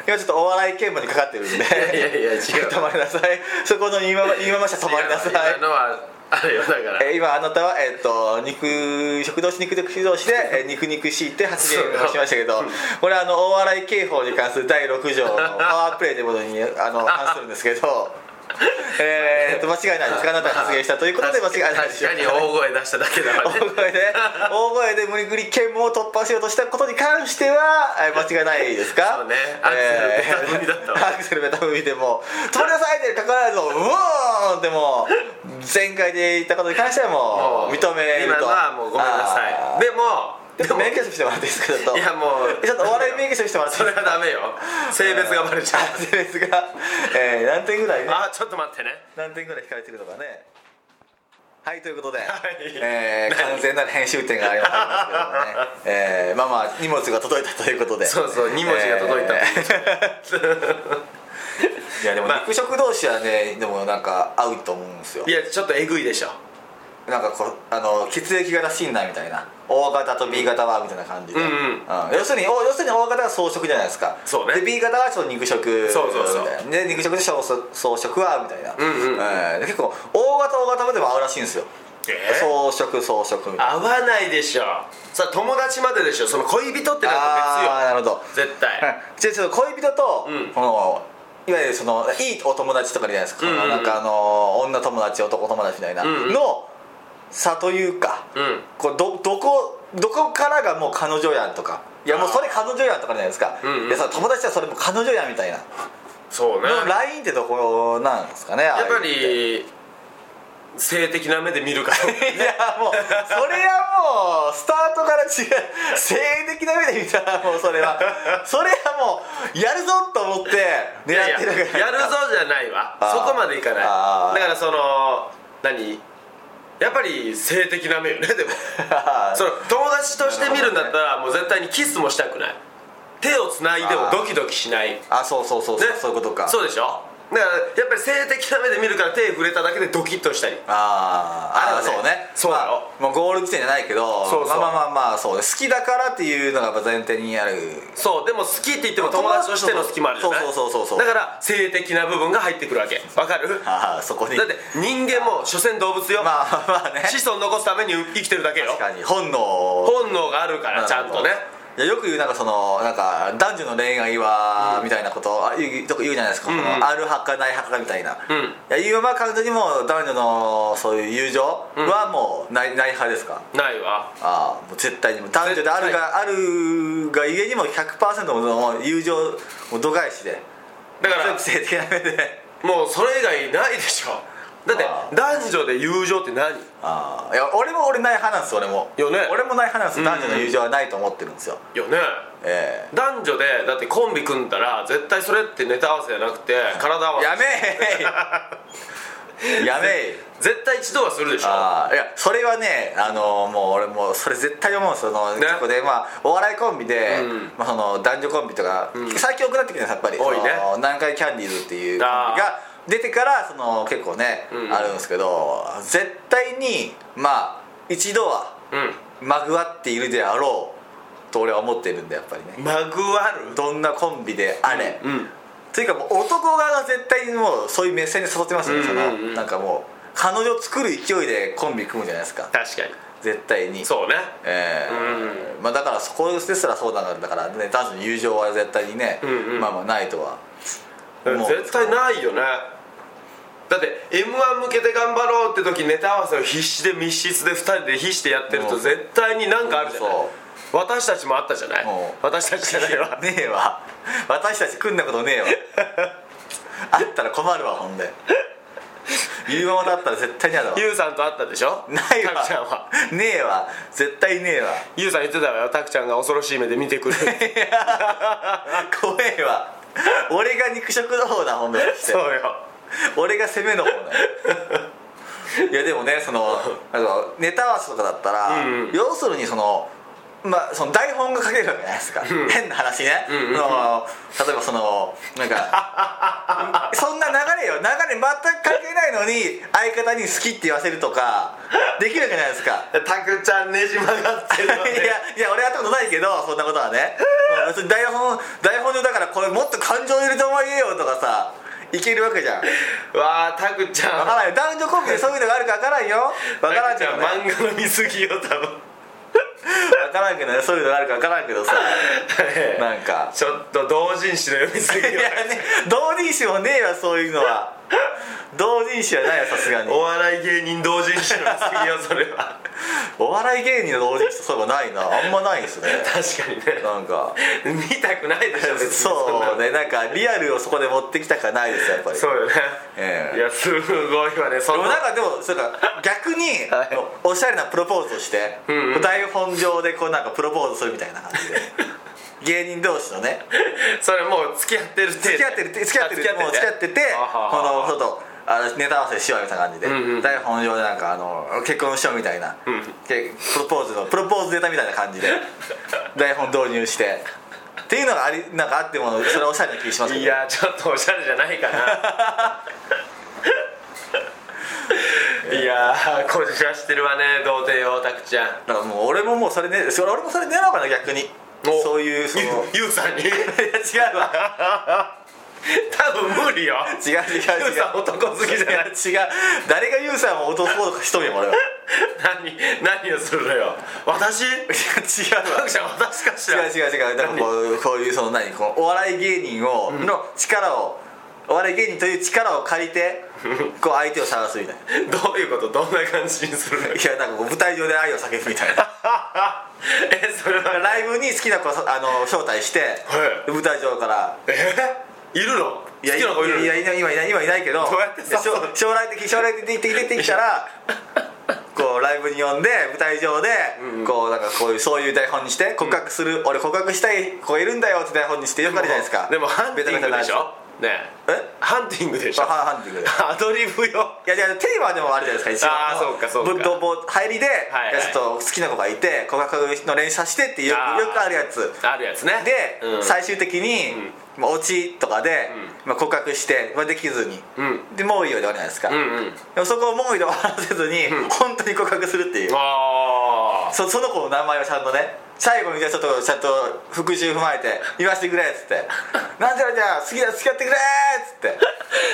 今ちょっとお笑い現場にかかってるんで
ういやいや違う
[laughs] 止まりなさいそこの言いまま言いまました止まりなさい
今のはあれよだから
えー今あなたは、えー、と肉食同士肉食同
[laughs]
士で、えー肉肉しいって発言をしましたけどこれはあの大笑い刑法に関する第6条の
[laughs]
パワープレイというものにあの関するんですけどえーと間違いないですかあなたが発言したということで間違いないです
確かに大声出しただけだわね
大声で
[laughs]
大声で無理くり検問を突破しようとしたことに関してはえー間違いないですか
そうねアクセルベタ踏みだったわ
えーアクセルベタ踏みでも「取りなさい!」ってかかわらず
[laughs]
もうおーん!」でも前回で言ったことに関してはもう認める
今
と
のはもうごめんなさ
あ
いでも
ーちょっと免許証してもらっていいですかちょっと
いやもう
ちょっとお笑い免許証してもらって
[laughs]
い
そ
いで
れ
すか
はダメよ性別がバレちゃう
[laughs] あ性別が、えー何点ぐらいね
あちょっと待ってね
何点ぐらい引かれてるのかねはいということで、
い
えー完全なる編集点がありますけどもね、えーまあまあ荷物が届いたということで
そうそう荷物が届いた
え
[laughs]
ーいやでも
まあ
肉食同士はねでもなんか合うと思うんですよ
いやちょっとえぐいでしょ
なんかこうあの血液型診断みたいな O 型と B 型はみたいな感じで、
うん
うん要するに O 要するに O 型が草食じゃないですか
そうね
で B 型はちょっと肉食みたいな
そうそうそう
で肉食で草草食はみたいな、
んうんうん
えーで結構 O 型 O 型までも合うらしいんですよ
え
草食草食みたいな
合わないでしょさあ友達まででしょその恋人ってなる
あーなるほど
と別よ絶対
じゃあちょっと恋人と、
うん
このいわゆるそのいいお友達とかいるじゃないですか、
うんうんうん
なんかあの女友達男友達みたいな、
うんうん
の差というか、
うん
こうどどこどこからがもう彼女やんとかいやもうそれ彼女やんとかじゃないですか、
んうん
でさ友達はそれも彼女やみたいな、
そうね
のラインってどこなんですかねや
やっぱり性的な目で見るから
[laughs] いやもうそれはもうスタートから違う性的な目で見たらもうそれはそれはもうやるぞと思って狙
や
ってるから
やるぞじゃないわ
あー
そこまでいかない
あー
だからその何やっぱり性的な目よねでもその友達として見るんだったらもう絶対にキスもしたくない手をつないでもドキドキしない
[laughs] あそうそうそうそう、
ね
そういうことか
そうでしょだからやっぱり性的な目で見るから手触れただけでドキッとしたり
あーあ
あれはね
そうね
そうだよ
まあもうゴール地点じゃないけど
そうそう
まあまあまあまあそうね好きだからっていうのがやっぱ前提にある
そうでも好きって言っても友達としての好きもあるじゃない
そうそうそうそうそう
だから性的な部分が入ってくるわけわかるだ
ああそこに
って人間も所詮動物よ、
まあまあね
子孫残すために生きてるだけよ
確かに本能
本能があるからちゃんとね
いやよく言うなんかそのなんか男女の恋愛はみたいなことあ言うとか言うじゃないですか、
んうん
このある派かない派かみたいな、
ん
いや今は完全にもう男女のそういう友情はもうない,、ない派ですか
ないわ
ああもう絶対にもう男女である
絶
があるがゆえにもう100%もう友情もう度外視で
だから
全部性的な目で
もうそれ以外ないでしょだ
あ
って男女で友情って何
ああいや俺も俺ない派なんです俺も
よね
俺もない派なんです
うん
男女の友情はないと思ってるんですよ、
よね
ええ
男女でだってコンビ組んだら絶対それってネタ合わせじゃなくて体合わせ
やめえ [laughs] やめえ
絶対一度はするでしょ
あーいやそれはねあのーもう俺もうそれ絶対思うんですよその、
ね
そこでまあお笑いコンビで、
うん
まあ、その男女コンビとか、最近多くなってきてるんですやっぱり
多いね
その南海キャンディーズっていうコンビ
あー
が出てからその結構ね、
うん
あるんですけど絶対にまあ一度は
う
まぐわっているであろうと俺は思ってるんでやっぱりね
んまぐわる
どんなコンビであれ、
うん
というかもう男側が絶対にもうそういう目線で誘ってますよね、
うんうんうん
そのなんかもう彼女を作る勢いでコンビ組むじゃないですか
確かに
絶対に
そうね
えーまあ、だからそこですらそうなんだから、ね、男女の友情は絶対にね、
んうん
まあまあないとはもう
絶対ないよねだって m 1向けて頑張ろうって時ネタ合わせを必死で密室で2人で必死でやってる
う
と
ん
絶対になんかあるじゃない
そ
私たちもあったじゃない
うん
私たちじゃない
[laughs]
わ
ねえわ私たち組んだことね
[laughs]
えわあったら困るわほんで言うままだったら絶対にあるわ
ゆうさんと会ったでしょ
ない
た
わ
くちゃんは
ねえわ絶対ねえわ
ゆうさん言ってたわよたくちゃんが恐ろしい目で見てくる
[laughs] 怖えわ俺が肉食の方だほんとに
そうよ
俺が攻めの方だ
[laughs]
よいやでもねそのなんかネタ合わせとかだったら、
うんうん
要するにそのまあ、その台本が書けるわけじゃないですか、変な話ね、
んうんうん
その例えばそのなんか
[laughs]
そんな流れよ流れ全く関係ないのに相方に好きって言わせるとかできるわけじゃないですか
たくちゃんねじ曲がって
い
る
や
のね
いや俺やったことないけどそんなことはねうん別に台本台本上だからこれもっと感情入れてお前言えよとかさいけるわけじゃん
わあたくち
わ
ゃん
からんよ男女コンビでそういうのがあるか分からんよ分からんけどね
たくちゃん漫画の見過ぎよ多分
分からんけどねそういうのがあるか分からんけどさなんか
ちょっと同人誌の読み過ぎ
いや
よ
ね同人誌もねえわそういうのは同人誌はないわさすがに
お笑い芸人同人誌の見過ぎよそれは
お笑い芸人の同人誌とそういえばないなあんまないですね
確かにね
なんか
見たくないでしょ別に
そうねなんかリアルをそこで持ってきたかないですやっぱり
そうよね、
ええ
いやすごいわねそ
で
の
もなんかでもそうか逆に、
はい
もうおしゃれなプロポーズをして、
んうん
台本上でこうなんかプロポーズするみたいな感じで芸人同士の
[laughs]
ね
それもう付き合ってる
付き合ってる付き合ってる
あ
もう付き合ってて
あは
こ
は
のちょっとあのネタ合わせしようみたいな感じで、
うんうん
台本上でなんかあの結婚しようみたいな、
ん
けプロポーズのプロポーズネタみたいな
[laughs]
感じで台本導入してっていうのがありなんかあってもそれはおしゃれな気がしますけど
いやちょっとおしゃれじゃ [laughs] ないかないやーこじらしてるわね童貞よタクちゃん
だからもう俺ももうそれねそれ俺もそれ狙おうかな逆に
お
そうい
[laughs]
うそのいや
ゆゆうさんに
違うわ
多分無理よ
違う違う違う
ゆうさん男好きじゃない
や違う誰がユウさんを落とそうとしとんよ俺はい
何何をするのよ私
や違うわ
タクちゃん私かしら
違う違う違うだからこうこういうその何このお笑い芸人をの力をお笑い芸人という力を借りてこう相手を探すみたいな
どういうことどんな感じにするの
いやなんかこう舞台上で愛を叫ぶみたいな
[laughs] えそれは
ライブに好きな子をあの招待して、
はい
舞台上から
えいるの好き
いやい
な子いるの
やいや今いない今いないけど
どうやって誘う
将将来的将来的に出てきた
[laughs]
らこうライブに呼んで舞台上でこうなんかこういうそういう台本にして告白する、俺告白したい子いるんだよって台本にしてよくあるじゃないですか
でもハンティングでし
ベ
ょねえ
え
ハンティングでし
タ
ょ
ベタなやつあハンティングで
アドリブよ
いやいやテーマでもあるじゃないですか一応
あーそうかそうか
ぶどぼ入りで、
はい
いやちょっと好きな子がいて告白の練習させてっていうよ
あー
くよくあるやつ
あるやつね
で、
うん
最終的に、まあ、オチとかで、まあ、告白して、まあ、できずに、
う
でもういいよで終わるじゃないですか、
うんうん
でもそこをもういいで終わらせずに、本当に告白するっていう
あ
そその子の名前をちゃんとね最後にじゃあちょっとちゃんと復習踏まえて言わせてくれっつ
[laughs]
って「なんちゃらちゃん好きだ付き合ってくれ」っつって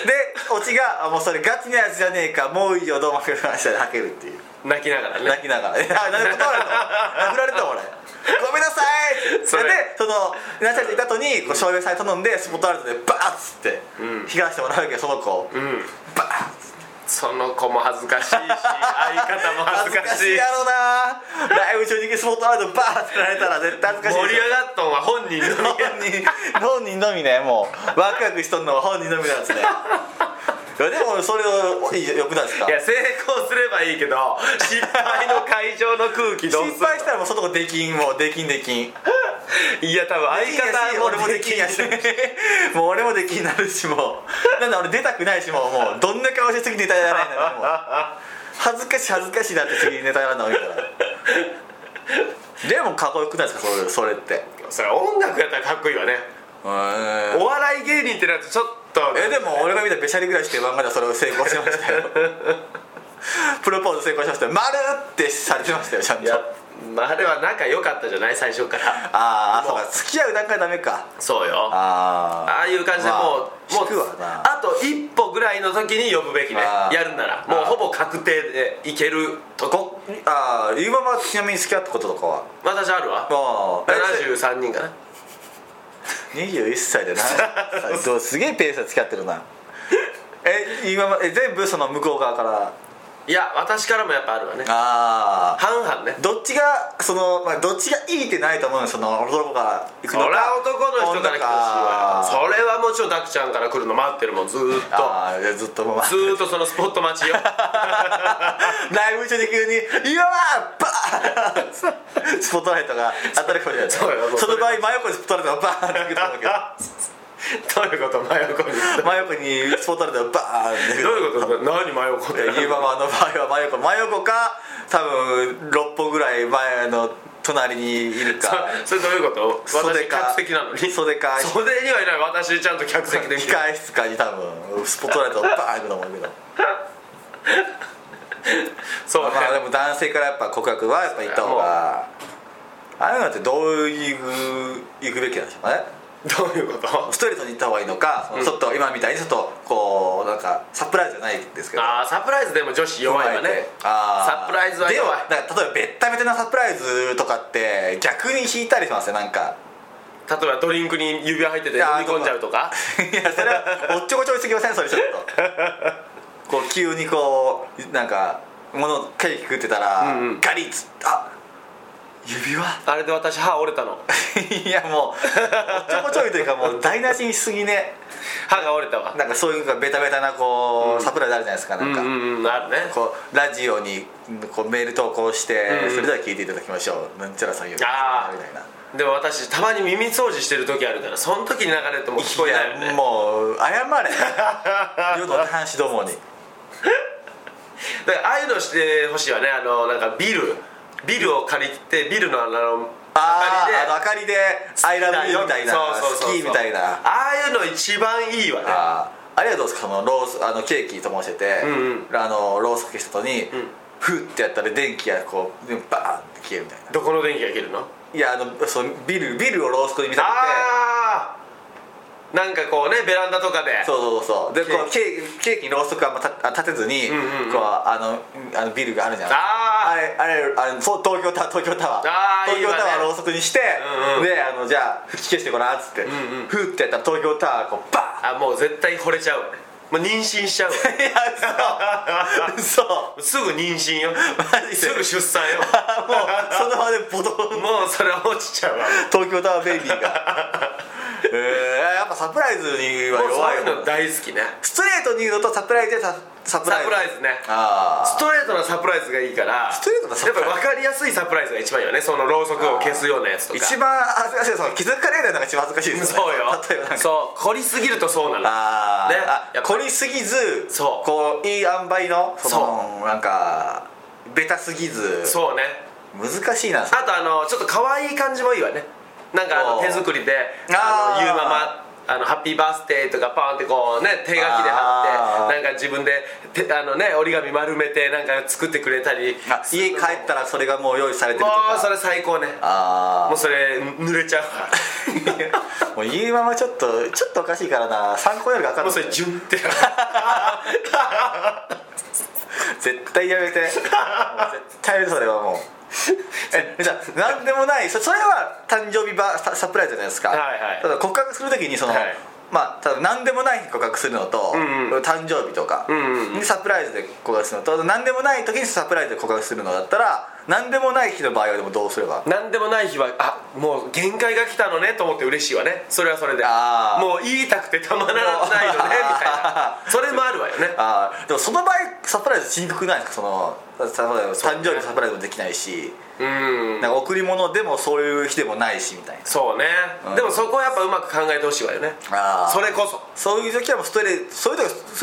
でオチがあ「もうそれガチなやつじゃねえかもういいよどうもくれました」で吐けるっていう
あ泣きながらね
泣きながら「えあなんで断られた
[laughs]
の殴られた俺ごめんなさい」
それ
でその何ちゃらちゃんいた後にこう照明さんに頼んでスポットライトでバーッつって火がしてもらうけどその子を
うん
バーッ
その子も恥ずかしいし相方も恥
恥
ず
ず
か
か
し
し
い
いやろなライブ中にスポットライトバーッつられたら絶対恥ずかしい
盛
でしょ
り上がっとんは本人のみ
[laughs] 本人本人のみねもうワクワクしとんのは本人のみなんですねいやでもそれをいいよくないですか
いや成功すればいいけど失敗の会場の空気どうすんの
失敗したらもうその子できんもうできんできん
いや多分相方
俺も
も
で
で
き
き
ん
ん
や
や
し
し
もう俺もできんなるしもうなんだ俺出たくないしもうもうどんな顔して次ネタやらないんだよもう恥ずかしい恥ずかしいだって次ネタやらないからでもかっこよくないですかそれそれって
それ音楽やったらかっこいいわねお笑い芸人ってなるとちょっと
えでも俺が見た「べしゃりぐらいして漫画ではそれを成功しまし
[laughs]
たよプロポーズ成功しましたよ丸ってされてましたよちゃん
い
と
やまああれは仲良かったじゃない最初から
ああそうか付き合う段階ダメか
そうよあ
あ
あいう感じでもう、
まあ
も
聞くわな
あと一歩ぐらいの時に呼ぶべきね
あー
やるならもうほぼ確定でいけるとこ
あああゆうままちなみに付き合ったこととかは
私あるわ
もう
73人かな
21
[laughs]
歳でなそうすげえペースで付き合ってるなえ今まえ全部その向こう側から
いや私からもやっぱあるわね
ああ
半々ね
どっちがその、まあ、どっちがいいってないと思うのその男から行く
そ
のか
りゃ男の人から来てほしいわ
女か
それはもちろんダクちゃんから来るの待ってるもんずーっと
ああずっともう
ずーっとそのスポット待ちよ
ライブ中に急に「今はバーン!」 [laughs] スポットライトが当たるかもしれない
そうよもう
その場合真横にスポットライトがバーンってくると思うけど
[laughs] どういうこと真横に [laughs]
真横にスポットライトがバーンってくる
どういうこと何真横って
ゆうままの場合は真横真横か多分6歩ぐらい前の隣にいるか
それどういうこと
袖
私
か
客席なのに
袖か
袖にはいない私ちゃんと客席で見て
控え室かに多分スポットライトがバーンいくと思うけど
そうね
まあでも男性からやっぱ告白はやっぱ言った方がああいうのってどういう行くべきなんでしょうかね
どういうこと
ストレートに行った方がいいのか、ちょっと今みたいにちょっとこうなんかサプライズじゃないですけど
ああサプライズでも女子弱いわね
あー
サプライズは弱い
でもなんか例えばべったべたなサプライズとかって逆に引いたりしますよなんか
例えばドリンクに指輪入ってて飲み込んじゃうとか
いや [laughs] それはおっちょこちょいすぎませんそれちょっ [laughs] とこう急にこうなんか物ケーキ食ってたら、
うんうん
ガリッつあ指輪
あれで私歯折れたの
[laughs] いやもうおっちょこちょいというか
[laughs]
もう台無しにしすぎね
歯が折れたわ
なんかそういうかベタベタなこう、サプライズあるじゃないですか
う
なんん
う
か、
んうんあるね
こうラジオにこうメール投稿して、
うんうん
それでは聞いていただきましょうなんちゃらさんよりみ
あー
たいな
でも私たまに耳掃除してる時あるからその時に流れても聞こえないよ
いや
ね
もう謝
[laughs]
れ世の男子どもに
だからああいうのしてほしいわねあのなんかビルビルを借りてビルのあの明
あ
かりで
ああの明かりで「アイラブユー」みたいな
そうそうそうそう
好きみたいな
ああいうの一番いいわね
あーありがとうですかそのロースあのケーキともしてて、
うん
あのロースかけした後に、フッてやったら電気がこうバーンって消えるみたいな
どこの電気が切るの
いやあのそのビルビルをロースコに見立てて
ああなんかこうねベランダとかで
そうそうそうでこうケーキケーキにろうそくはあんまたあ立てずに、
んうんうん
こうあのあのビルがあるじゃん
ああ
あれあれあれそう東京タワー東京タワー
あー
東京タ
い
ワ
いわ
ー
ね
ろうそくにして
うんうん
であのじゃあ吹き消してごらんっつってふーってやったら東京タワーこうバーン
あもう絶対惚れちゃうわもう妊娠
[laughs]
しちゃうわ
いや
[laughs]
嘘嘘
すぐ妊娠よ
マジです
ぐ出産
[laughs]
よ
もうその場でボトン
もうそれは落ちちゃうわ
東京タワーベイビーが
[laughs]
えー、やっぱサプライズには
もうそう
弱い
いう
よ
の大好きね
ストレートに言うのとサプライズでササプライ
サ
ズ
プライズね
あ
ストレートなサプライズがいいから
ストレートなサプライズ
やっぱ分かりやすいサプライズが一番いいよねそのろうそくを消すようなやつと
あ
か
一番恥ずかしいのはその気づかれないのが一番恥ずかしいですよ
そ
ね
うよ
例えばなんか
そう凝りすぎるとそうなの
あー、
ねや
あ
っぱ
凝りすぎず
そう
こういい塩梅のそのなんかベタすぎず
そうね
難しいな
あとあのちょっと可愛い感じもいいわねなんかあ
お
の
ー
手作りで
あ
あ
ー
の言うままあのハッピーバースデーとかパーンってこうね手書きで貼
あ
っ
ー
てなんか自分でてあのね折り紙丸めてなんか作ってくれたり
あ家帰ったらそれがもう用意されてる
も
と
うそ
か
れ最高ね
あ
もう
あ
それ濡れち
[laughs]
ゃうから
もう言うままちょっとちょっとおかしいからな参考よりが分か
も
る
うそれジュンって
絶対や
[laughs]
めてもう絶対やめてそれはもうえじゃあ何でもないそそれは誕生日バササプライズじゃないですか、
はいはい
ただ告白するときにその、
はい
まあ、ただ何でもない日に告白するのと、
んう
誕生日とか
ん
にサプライズで告白するのと何でもない時にサプライズで告白するのだったら何でもない日の場合はでもどうすれば
何でもない日はあもう限界が来たのねと思って嬉しいわねそれはそれで
あー
もう言いたくてたまらないのねみた
[laughs]
いなそれもあるわよね
あーでもその場合サプライズしにくくないですかそのサプライズ誕生日のサプライズもできないし、
うん
なんか贈り物でもそういう日でもないしみたいな
そうね、
うん
でもそこはやっぱうまく考えてほしいわよね
あー
それこそ
そういう時はもうストレートそ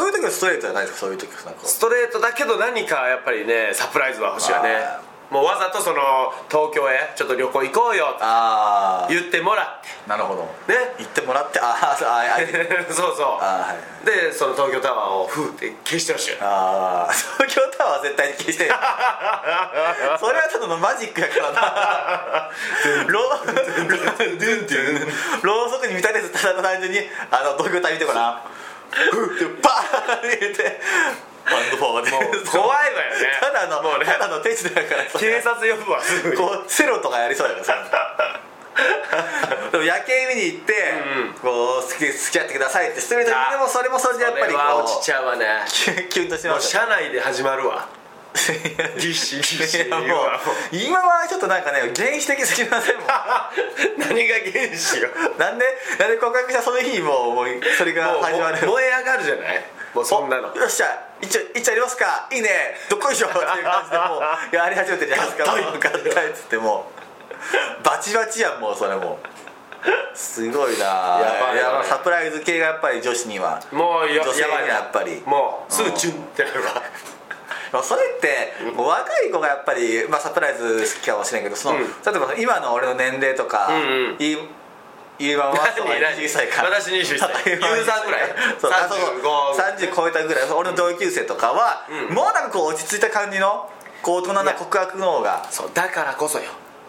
ういう時はそういう時はストレートじゃないですかそういう時はなんか
ストレートだけど何かやっぱりねサプライズは欲しいわね
あ
もうわざとその東京へちょっと旅行行こうよと
あ
言って [laughs] もら
あなるほど
ね
言ってもらってあーそうあ [laughs] ーあ
ってそうそう
あーはい
でその東京タワーをふーって消してほしいよね
ああ東京タワーは絶対に消 [laughs] してるそれはただのマジックやからなろうろうそくに見立てずただ単純にあの東京タワー見てごらんふってバーン入れてワンドフォーで
もう怖いわよね
ただの
もうね
ただの手品だからそれ
警察呼ぶわすぐに
[laughs] こうセロとかやりそうだよね
[laughs]
それでも夜景見に行って、こう好き付き合ってくださいってしてる時にでもそれもそれでやっぱり
これは
こ
落ちち
う
ゃうわね
キュンキュンとし
も
ま
う
すよ
車内で始まるわ
いや
ぎっしりぎっしり
[laughs] もう
言う [laughs] わ
今はちょっとなんかね原始的すぎませんもん
何が原子よ
なんでなんで告白したその日にもうもうそれが
もう
始まる
燃え上がるじゃないもうそんなの
よっしゃ一応一応やりますかいいねどっこいしょっていう感じで [laughs] もうやり始めてるじゃないですかもう合体っつってもうバチバチやんもうそれもうすごいな
やばいやばい
サプライズ系がやっぱり女子には
もうや
女性
やばい
に
ね
はやっぱり
もうすぐチュンってなるわ
でもそれってもう若い子がやっぱり、まあ、サプライズ好きかもしれないけどその、
うん
例えば今の俺の年齢とか、
んうん
い言うままそう
何何
21歳から
私21歳ユーザーぐらい
そうあそう
35
30超えたぐらい俺の同級生とかは、
うん
もうなんかこう落ち着いた感じのこう大人な告白の方が
そうだからこそよ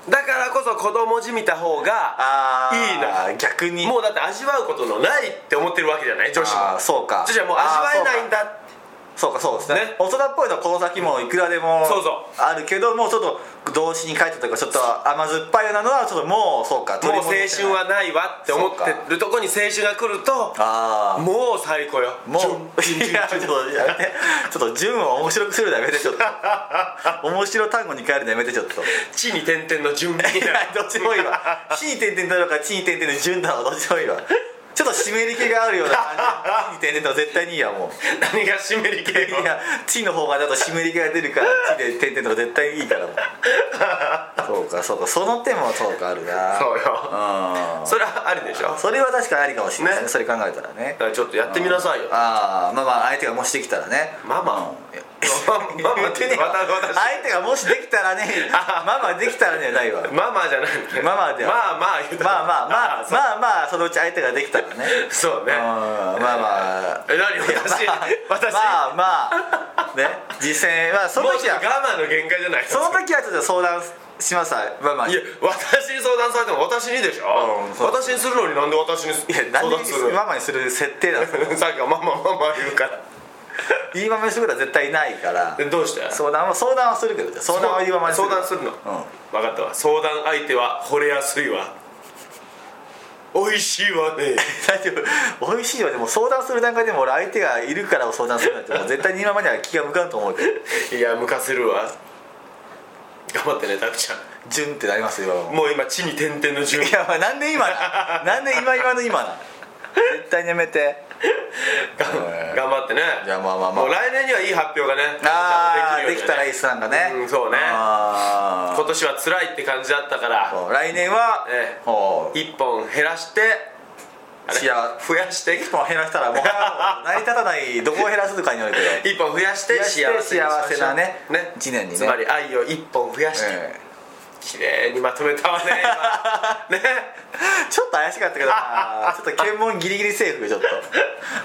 だからこそ子供じみた方が
あー
いいな
逆に
もうだって味わうことのないって思ってるわけじゃない女子
あー
も
そうか
女子はもう味わえないんだ
そうかそうですね
ね
大人っぽいのはこの先もいくらでも
そうそう
あるけどもうちょっと動詞に書いてたとかちょっと甘酸っぱいようなのはちょっともうそうか
もう青
取り戻せない
春はないわって思ってるとこに青春が来ると
ああ
もう最高よ
もう
チュン
いやちょっとやめてちょっと順を面白くするのやめてちょっ
[laughs]
と面白単語に変えるのやめてちょっと
地に点々の準備
[laughs] いやどっちでもいいわ「地に点々だろうか「地に点々の順だろうかどっちでもいいわちょっと湿り気があるような感じ
[laughs]
「地に点々」の絶対にいいやもう
何が湿り系
いや「地」の方がちょっと湿り気が出るから「地」で点々の方が絶対にいい
[laughs]
からもうそうかそうかその手もそうかあるな
そうよ
うん
それはありでしょ
それは確かにありかもしれないですね
ね
それ考えたらね
だからちょっとやってみなさいよ
ああまあまあ相手がもしできたらね
ママ
うん
ママママってねまた私
相手がもしできたらね
[laughs]
ママできたらねないわ
ママじゃないのね
ママで
ま
は
あまあ言うたら
まあまあまあ
そう
まあまあそのうち相手ができたらね
そうね
うんまあまあ
え何私私
まあまあね実践はそ
も
の
う
時
ちょっと
は
我慢の限界じゃない
その時はちょっと相談しますわまあまあ
いや私に相談されても私にでしょ
うんそう
私にするのになんで私に
いや
相
何
談する [laughs]
でママにする設定なんですよ
さっきはママママ言うから
言いまめすることは絶対ないから
えどうして
相談は相談はするけどね相談は言いまめする
相談するの、
うん
分かったわ相談相手は惚れやすいわ美味しいわね
[laughs] 大丈夫美味しいわでも相談する段階でも俺相手がいるから相談するなんてもう絶対に今までは気が向かうと思うけど
いや向かせるわ頑張ってねタクちゃ
ジュンってなりますよ今はも
んもう今地に点々の順
ういやまあなんで今ななんで今今の今な絶対にやめてう
[laughs]
ん
頑張ってね
いやまあまあま
も
あ
う来年にはいい発表がね
ああ
で
で
き
き
るよ
た
うに
ら
ね
いいっすなんかね、
うんそうね
あ
今年は辛いって感じだったから
ー来年は、
ええ
ほう
一本減らしてあれ
幸せ
増やして
一本減らしたらもう成り立たないどこを減らすかによる
[laughs]
けど
一本増やして幸せにしましょう
幸せなね一年にね
つまり愛を一本増やして、
え
綺麗にまとめたわね今ね
えちょっと怪しかったけど
[laughs]
なちょっと検問ギリギリセーフちょっと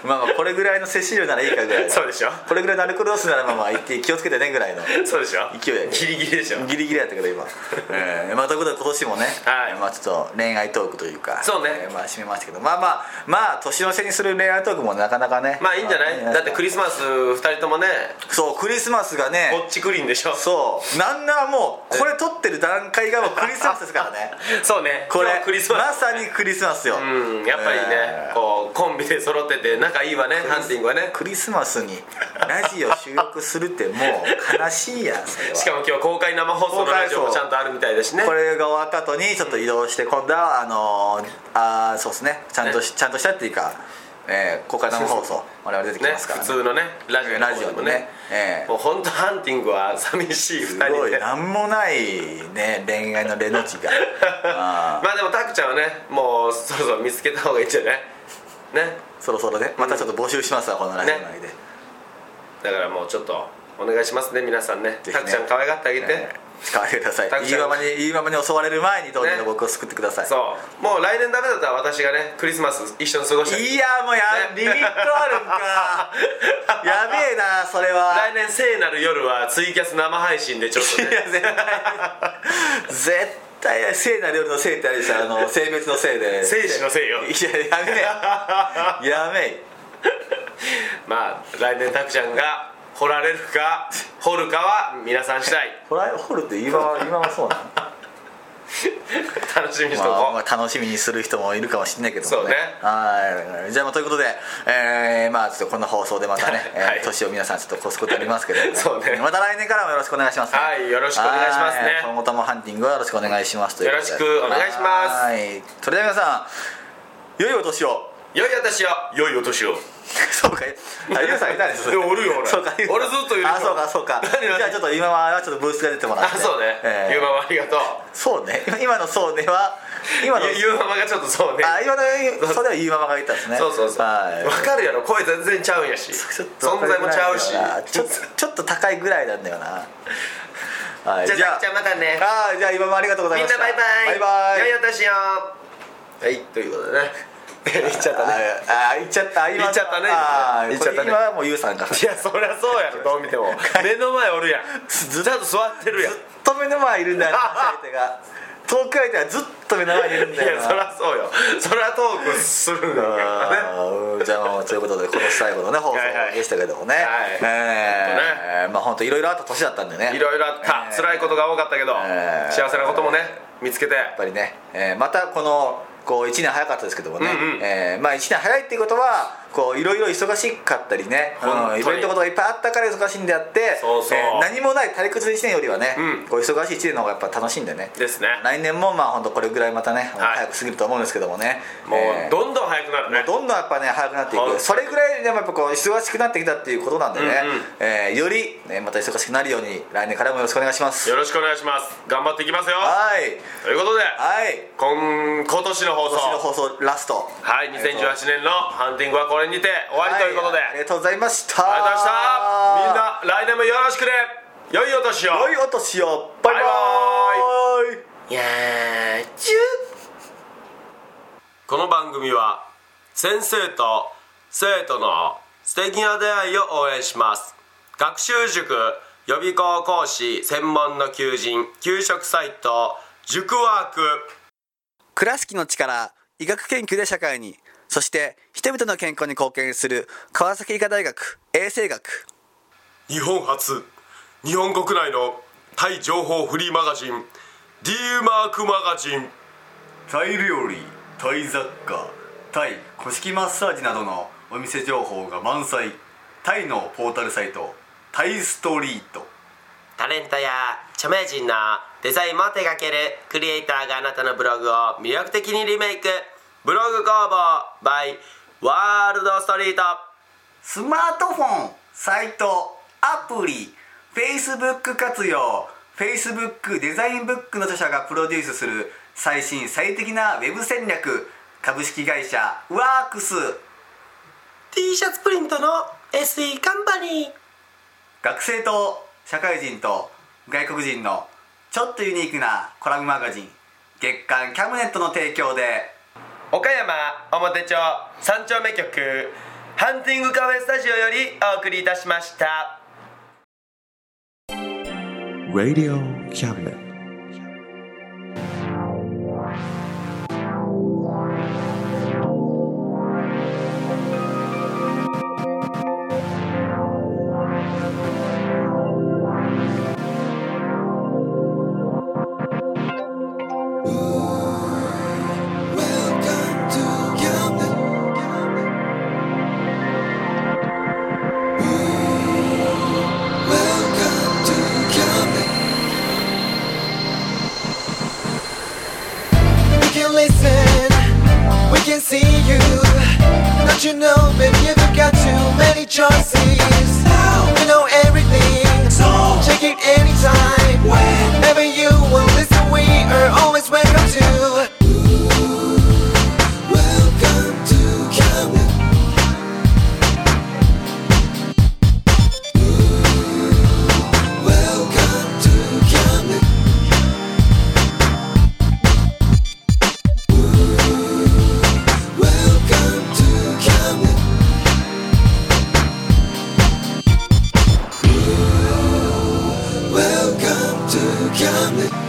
まあまあこれぐらいの摂取量ならいいかぐらいの
そうでしょ
これぐらいのアルコール度数ならまあまあ言って気をつけてねぐらいの
そうでしょ
勢いだよ
ギ [laughs] リギリでしょ
ギリギリだったけど今、 [laughs] ええまあということで今年もね、
はい
まあ、ちょっと恋愛トークというか
そうね
ええまあ締めましたけどまあまあまあ年の瀬にする恋愛トークもなかなかね
まあいいんじゃないだってクリスマス2人ともね
そうクリスマスがね
ぼっちクリーンでしょ
そうなんならもうこれ撮ってる段階がもうクリスマスですからね
[laughs] そうね
こ
今
れ
日クリスマ
ま
ス
さにクリスマスよ、
うんやっぱりね、
えー
こうコンビで揃ってて仲いいわねハンティングはね
クリスマスにラジオ収録するってもう悲しいやんそれは
しかも今日公開生放送のラジオもちゃんとあるみたいだしね
これが終わった後にちょっと移動して今度はあのー、あーそうですねちゃんとし、ちゃんとしたっていうか、えー、公開生放送我々出てき
ね
ますから
普
ね
通のねラジオの
ラジオ
方でも
の
ね
ねええ
もう本当ハンティングは寂しい2
す
人
ごい
で
なんもないね恋愛のレの字
[laughs]
があー
まあでもタクちゃんはねもうそろそろ見つけた方がいいんじゃないね
そろそろねまたちょっと募集しますわこのラジオ内で、
だからもうちょっとお願いしますね皆さんね
ぜひね
タクちゃん可愛がってあげて、
えー使わせてください
たくちゃん
いいままにいいままに襲われる前にどうに
ね
か僕を救ってください、
そうもう来年ダメだったら私がねクリスマス一緒に過ごしたい
いやもうや、
ね
リミットあるん
[laughs]
かやべえなそれは
来年聖なる夜はツイキャス生配信でちょっと
いや
ね
絶対絶対聖なる夜の聖ってあれでしょあ
[laughs]
の性別のせいで
聖子のせいよ
いややめえやめえ
まあ来年タクちゃんが掘られるか掘るかは皆さん次第
[laughs] ホラホルって今は今はそうなの、
楽しみにしておこう、
まあまあ、楽しみにする人もいるかもしれないけどもね
そうね
はいじゃあまあということで、えーまあちょっとこの放送で
[laughs]
またね、えー
はい
年を皆さんちょっと越すことありますけど、
そうね
また来年からもよろしくお願いします、
はいよろしくお願いしますね
はい今後ともハンティングはよろしくお願いしますということで
よろしくお願いします
はいそれでは皆さん良いお年を [laughs]
良いお年を良いお年を
そうか、あ、ゆうさんいたんです。
いやおるよ俺
そうか、ゆうさん
俺ずっといるよ
あ、そうか、そうか。
何何
じゃあ、ちょっと今は、ちょっとブースが出てもら
あ
って。
そうね、
ええ
ゆうママありがとう
そうね、今今のそうねは、今の。
ゆゆうママがちょっとそうね
あ、今の、それはゆうままが言ったんですね。
そうそうそう、
はい。
分かるやろ声全然ちゃうんやし
ちょっと
存在もちゃうし
ちょっと、ちょっと高いぐらいなんだよな。はい、
じゃあじゃあまたね
あー、じゃあ、今もありがとうござい
みん
まし
な
た。
バイバイ
バイバイ
良いお年をはいということでね [laughs] 言っちゃったね
あーあー、行っちゃった、今
行っちゃったね
あー
行っちゃったね
これ今はもうゆうさんが。
いやそりゃそうやろどう見ても目の前おるやんずっと座ってるやんい
ずっと目の前いるんだよ話し相手が遠く相手はずっと目の前にいるんだよ
やそりゃそうよそりゃトークするんだからね
あーうんじゃあもうということでこの最後のね放送
はいはい
でしたけどもね、
い
えーまあ本当いろいろあった年だったんでね
いろいろあった、
えー
辛いことが多かったけど、
えー
幸せなこともね見つけて
やっぱりね、えーまたこのこう1年早かったですけどもね、
うんうん
えーまあ1年早いっていうことはこういろいろ忙しかったりね、
本当に
うん、イベントことがいっぱいあったから忙しいんであって
そうそう
えー何もない退屈な1年よりはね、
うん
こう忙しい1年の方がやっぱ楽しいんでね
ですね
来年もまあ本当これぐらいまたね、
はい
早く過ぎると思うんですけどもね
も
え
う
ー
どんどん早くなるね
どんどんやっぱね早くなってい
本当
く
に
それぐらいでもやっぱこう忙しくなってきたっていうことなんでね、
うんうん
えーより、ね、また忙しくなるように来年からもよろしくお願いします
よろしくお願いします頑張っていきますよ
はい
ということで
はい
今今年の放
今年の
送
放送ラスト
はい2018年のハンティングはこれにて終わりということで、
はありがとうございました
ありがとうございましたみんな来年もよろしくね良いお年を
良いお年をバイ
バ
バイ
いやーチュ
この番組は先生と生徒の素敵な出会いを応援します学習塾予備校講師専門の求人給食サイト塾ワーク
倉敷の力医学研究で社会に
そして人々の健康に貢献する川崎医科大学衛生学
日本初日本国内のタイ情報フリーマガジン D マークマガジン
タイ料理タイ雑貨タイ古式マッサージなどのお店情報が満載タイのポータルサイトタイストリート
タレントや著名人のデザインも手掛けるクリエイターがあなたのブログを魅力的にリメイクブログ工房 by ワールドストリート
スマートフォンサイトアプリ Facebook 活用 Facebook デザインブックの著者がプロデュースする最新最適なウェブ戦略株式会社ワークス
T シャツプリントの SE カンパニー
学生と社会人と外国人のちょっとユニークなコラムマガジン月刊キャムネットの提供で
岡山表町三丁目局ハンティングカフェスタジオよりお送りいたしました。
Radio Cabinet.
We can listen, we can see you. Don't you know, baby, you've got too many choices. We know everything, so check it anytime. Whenever you will listen, we are always welcome to. Welcome to Camden. Welcome to Camden. Welcome to Camden. Welcome to Camden.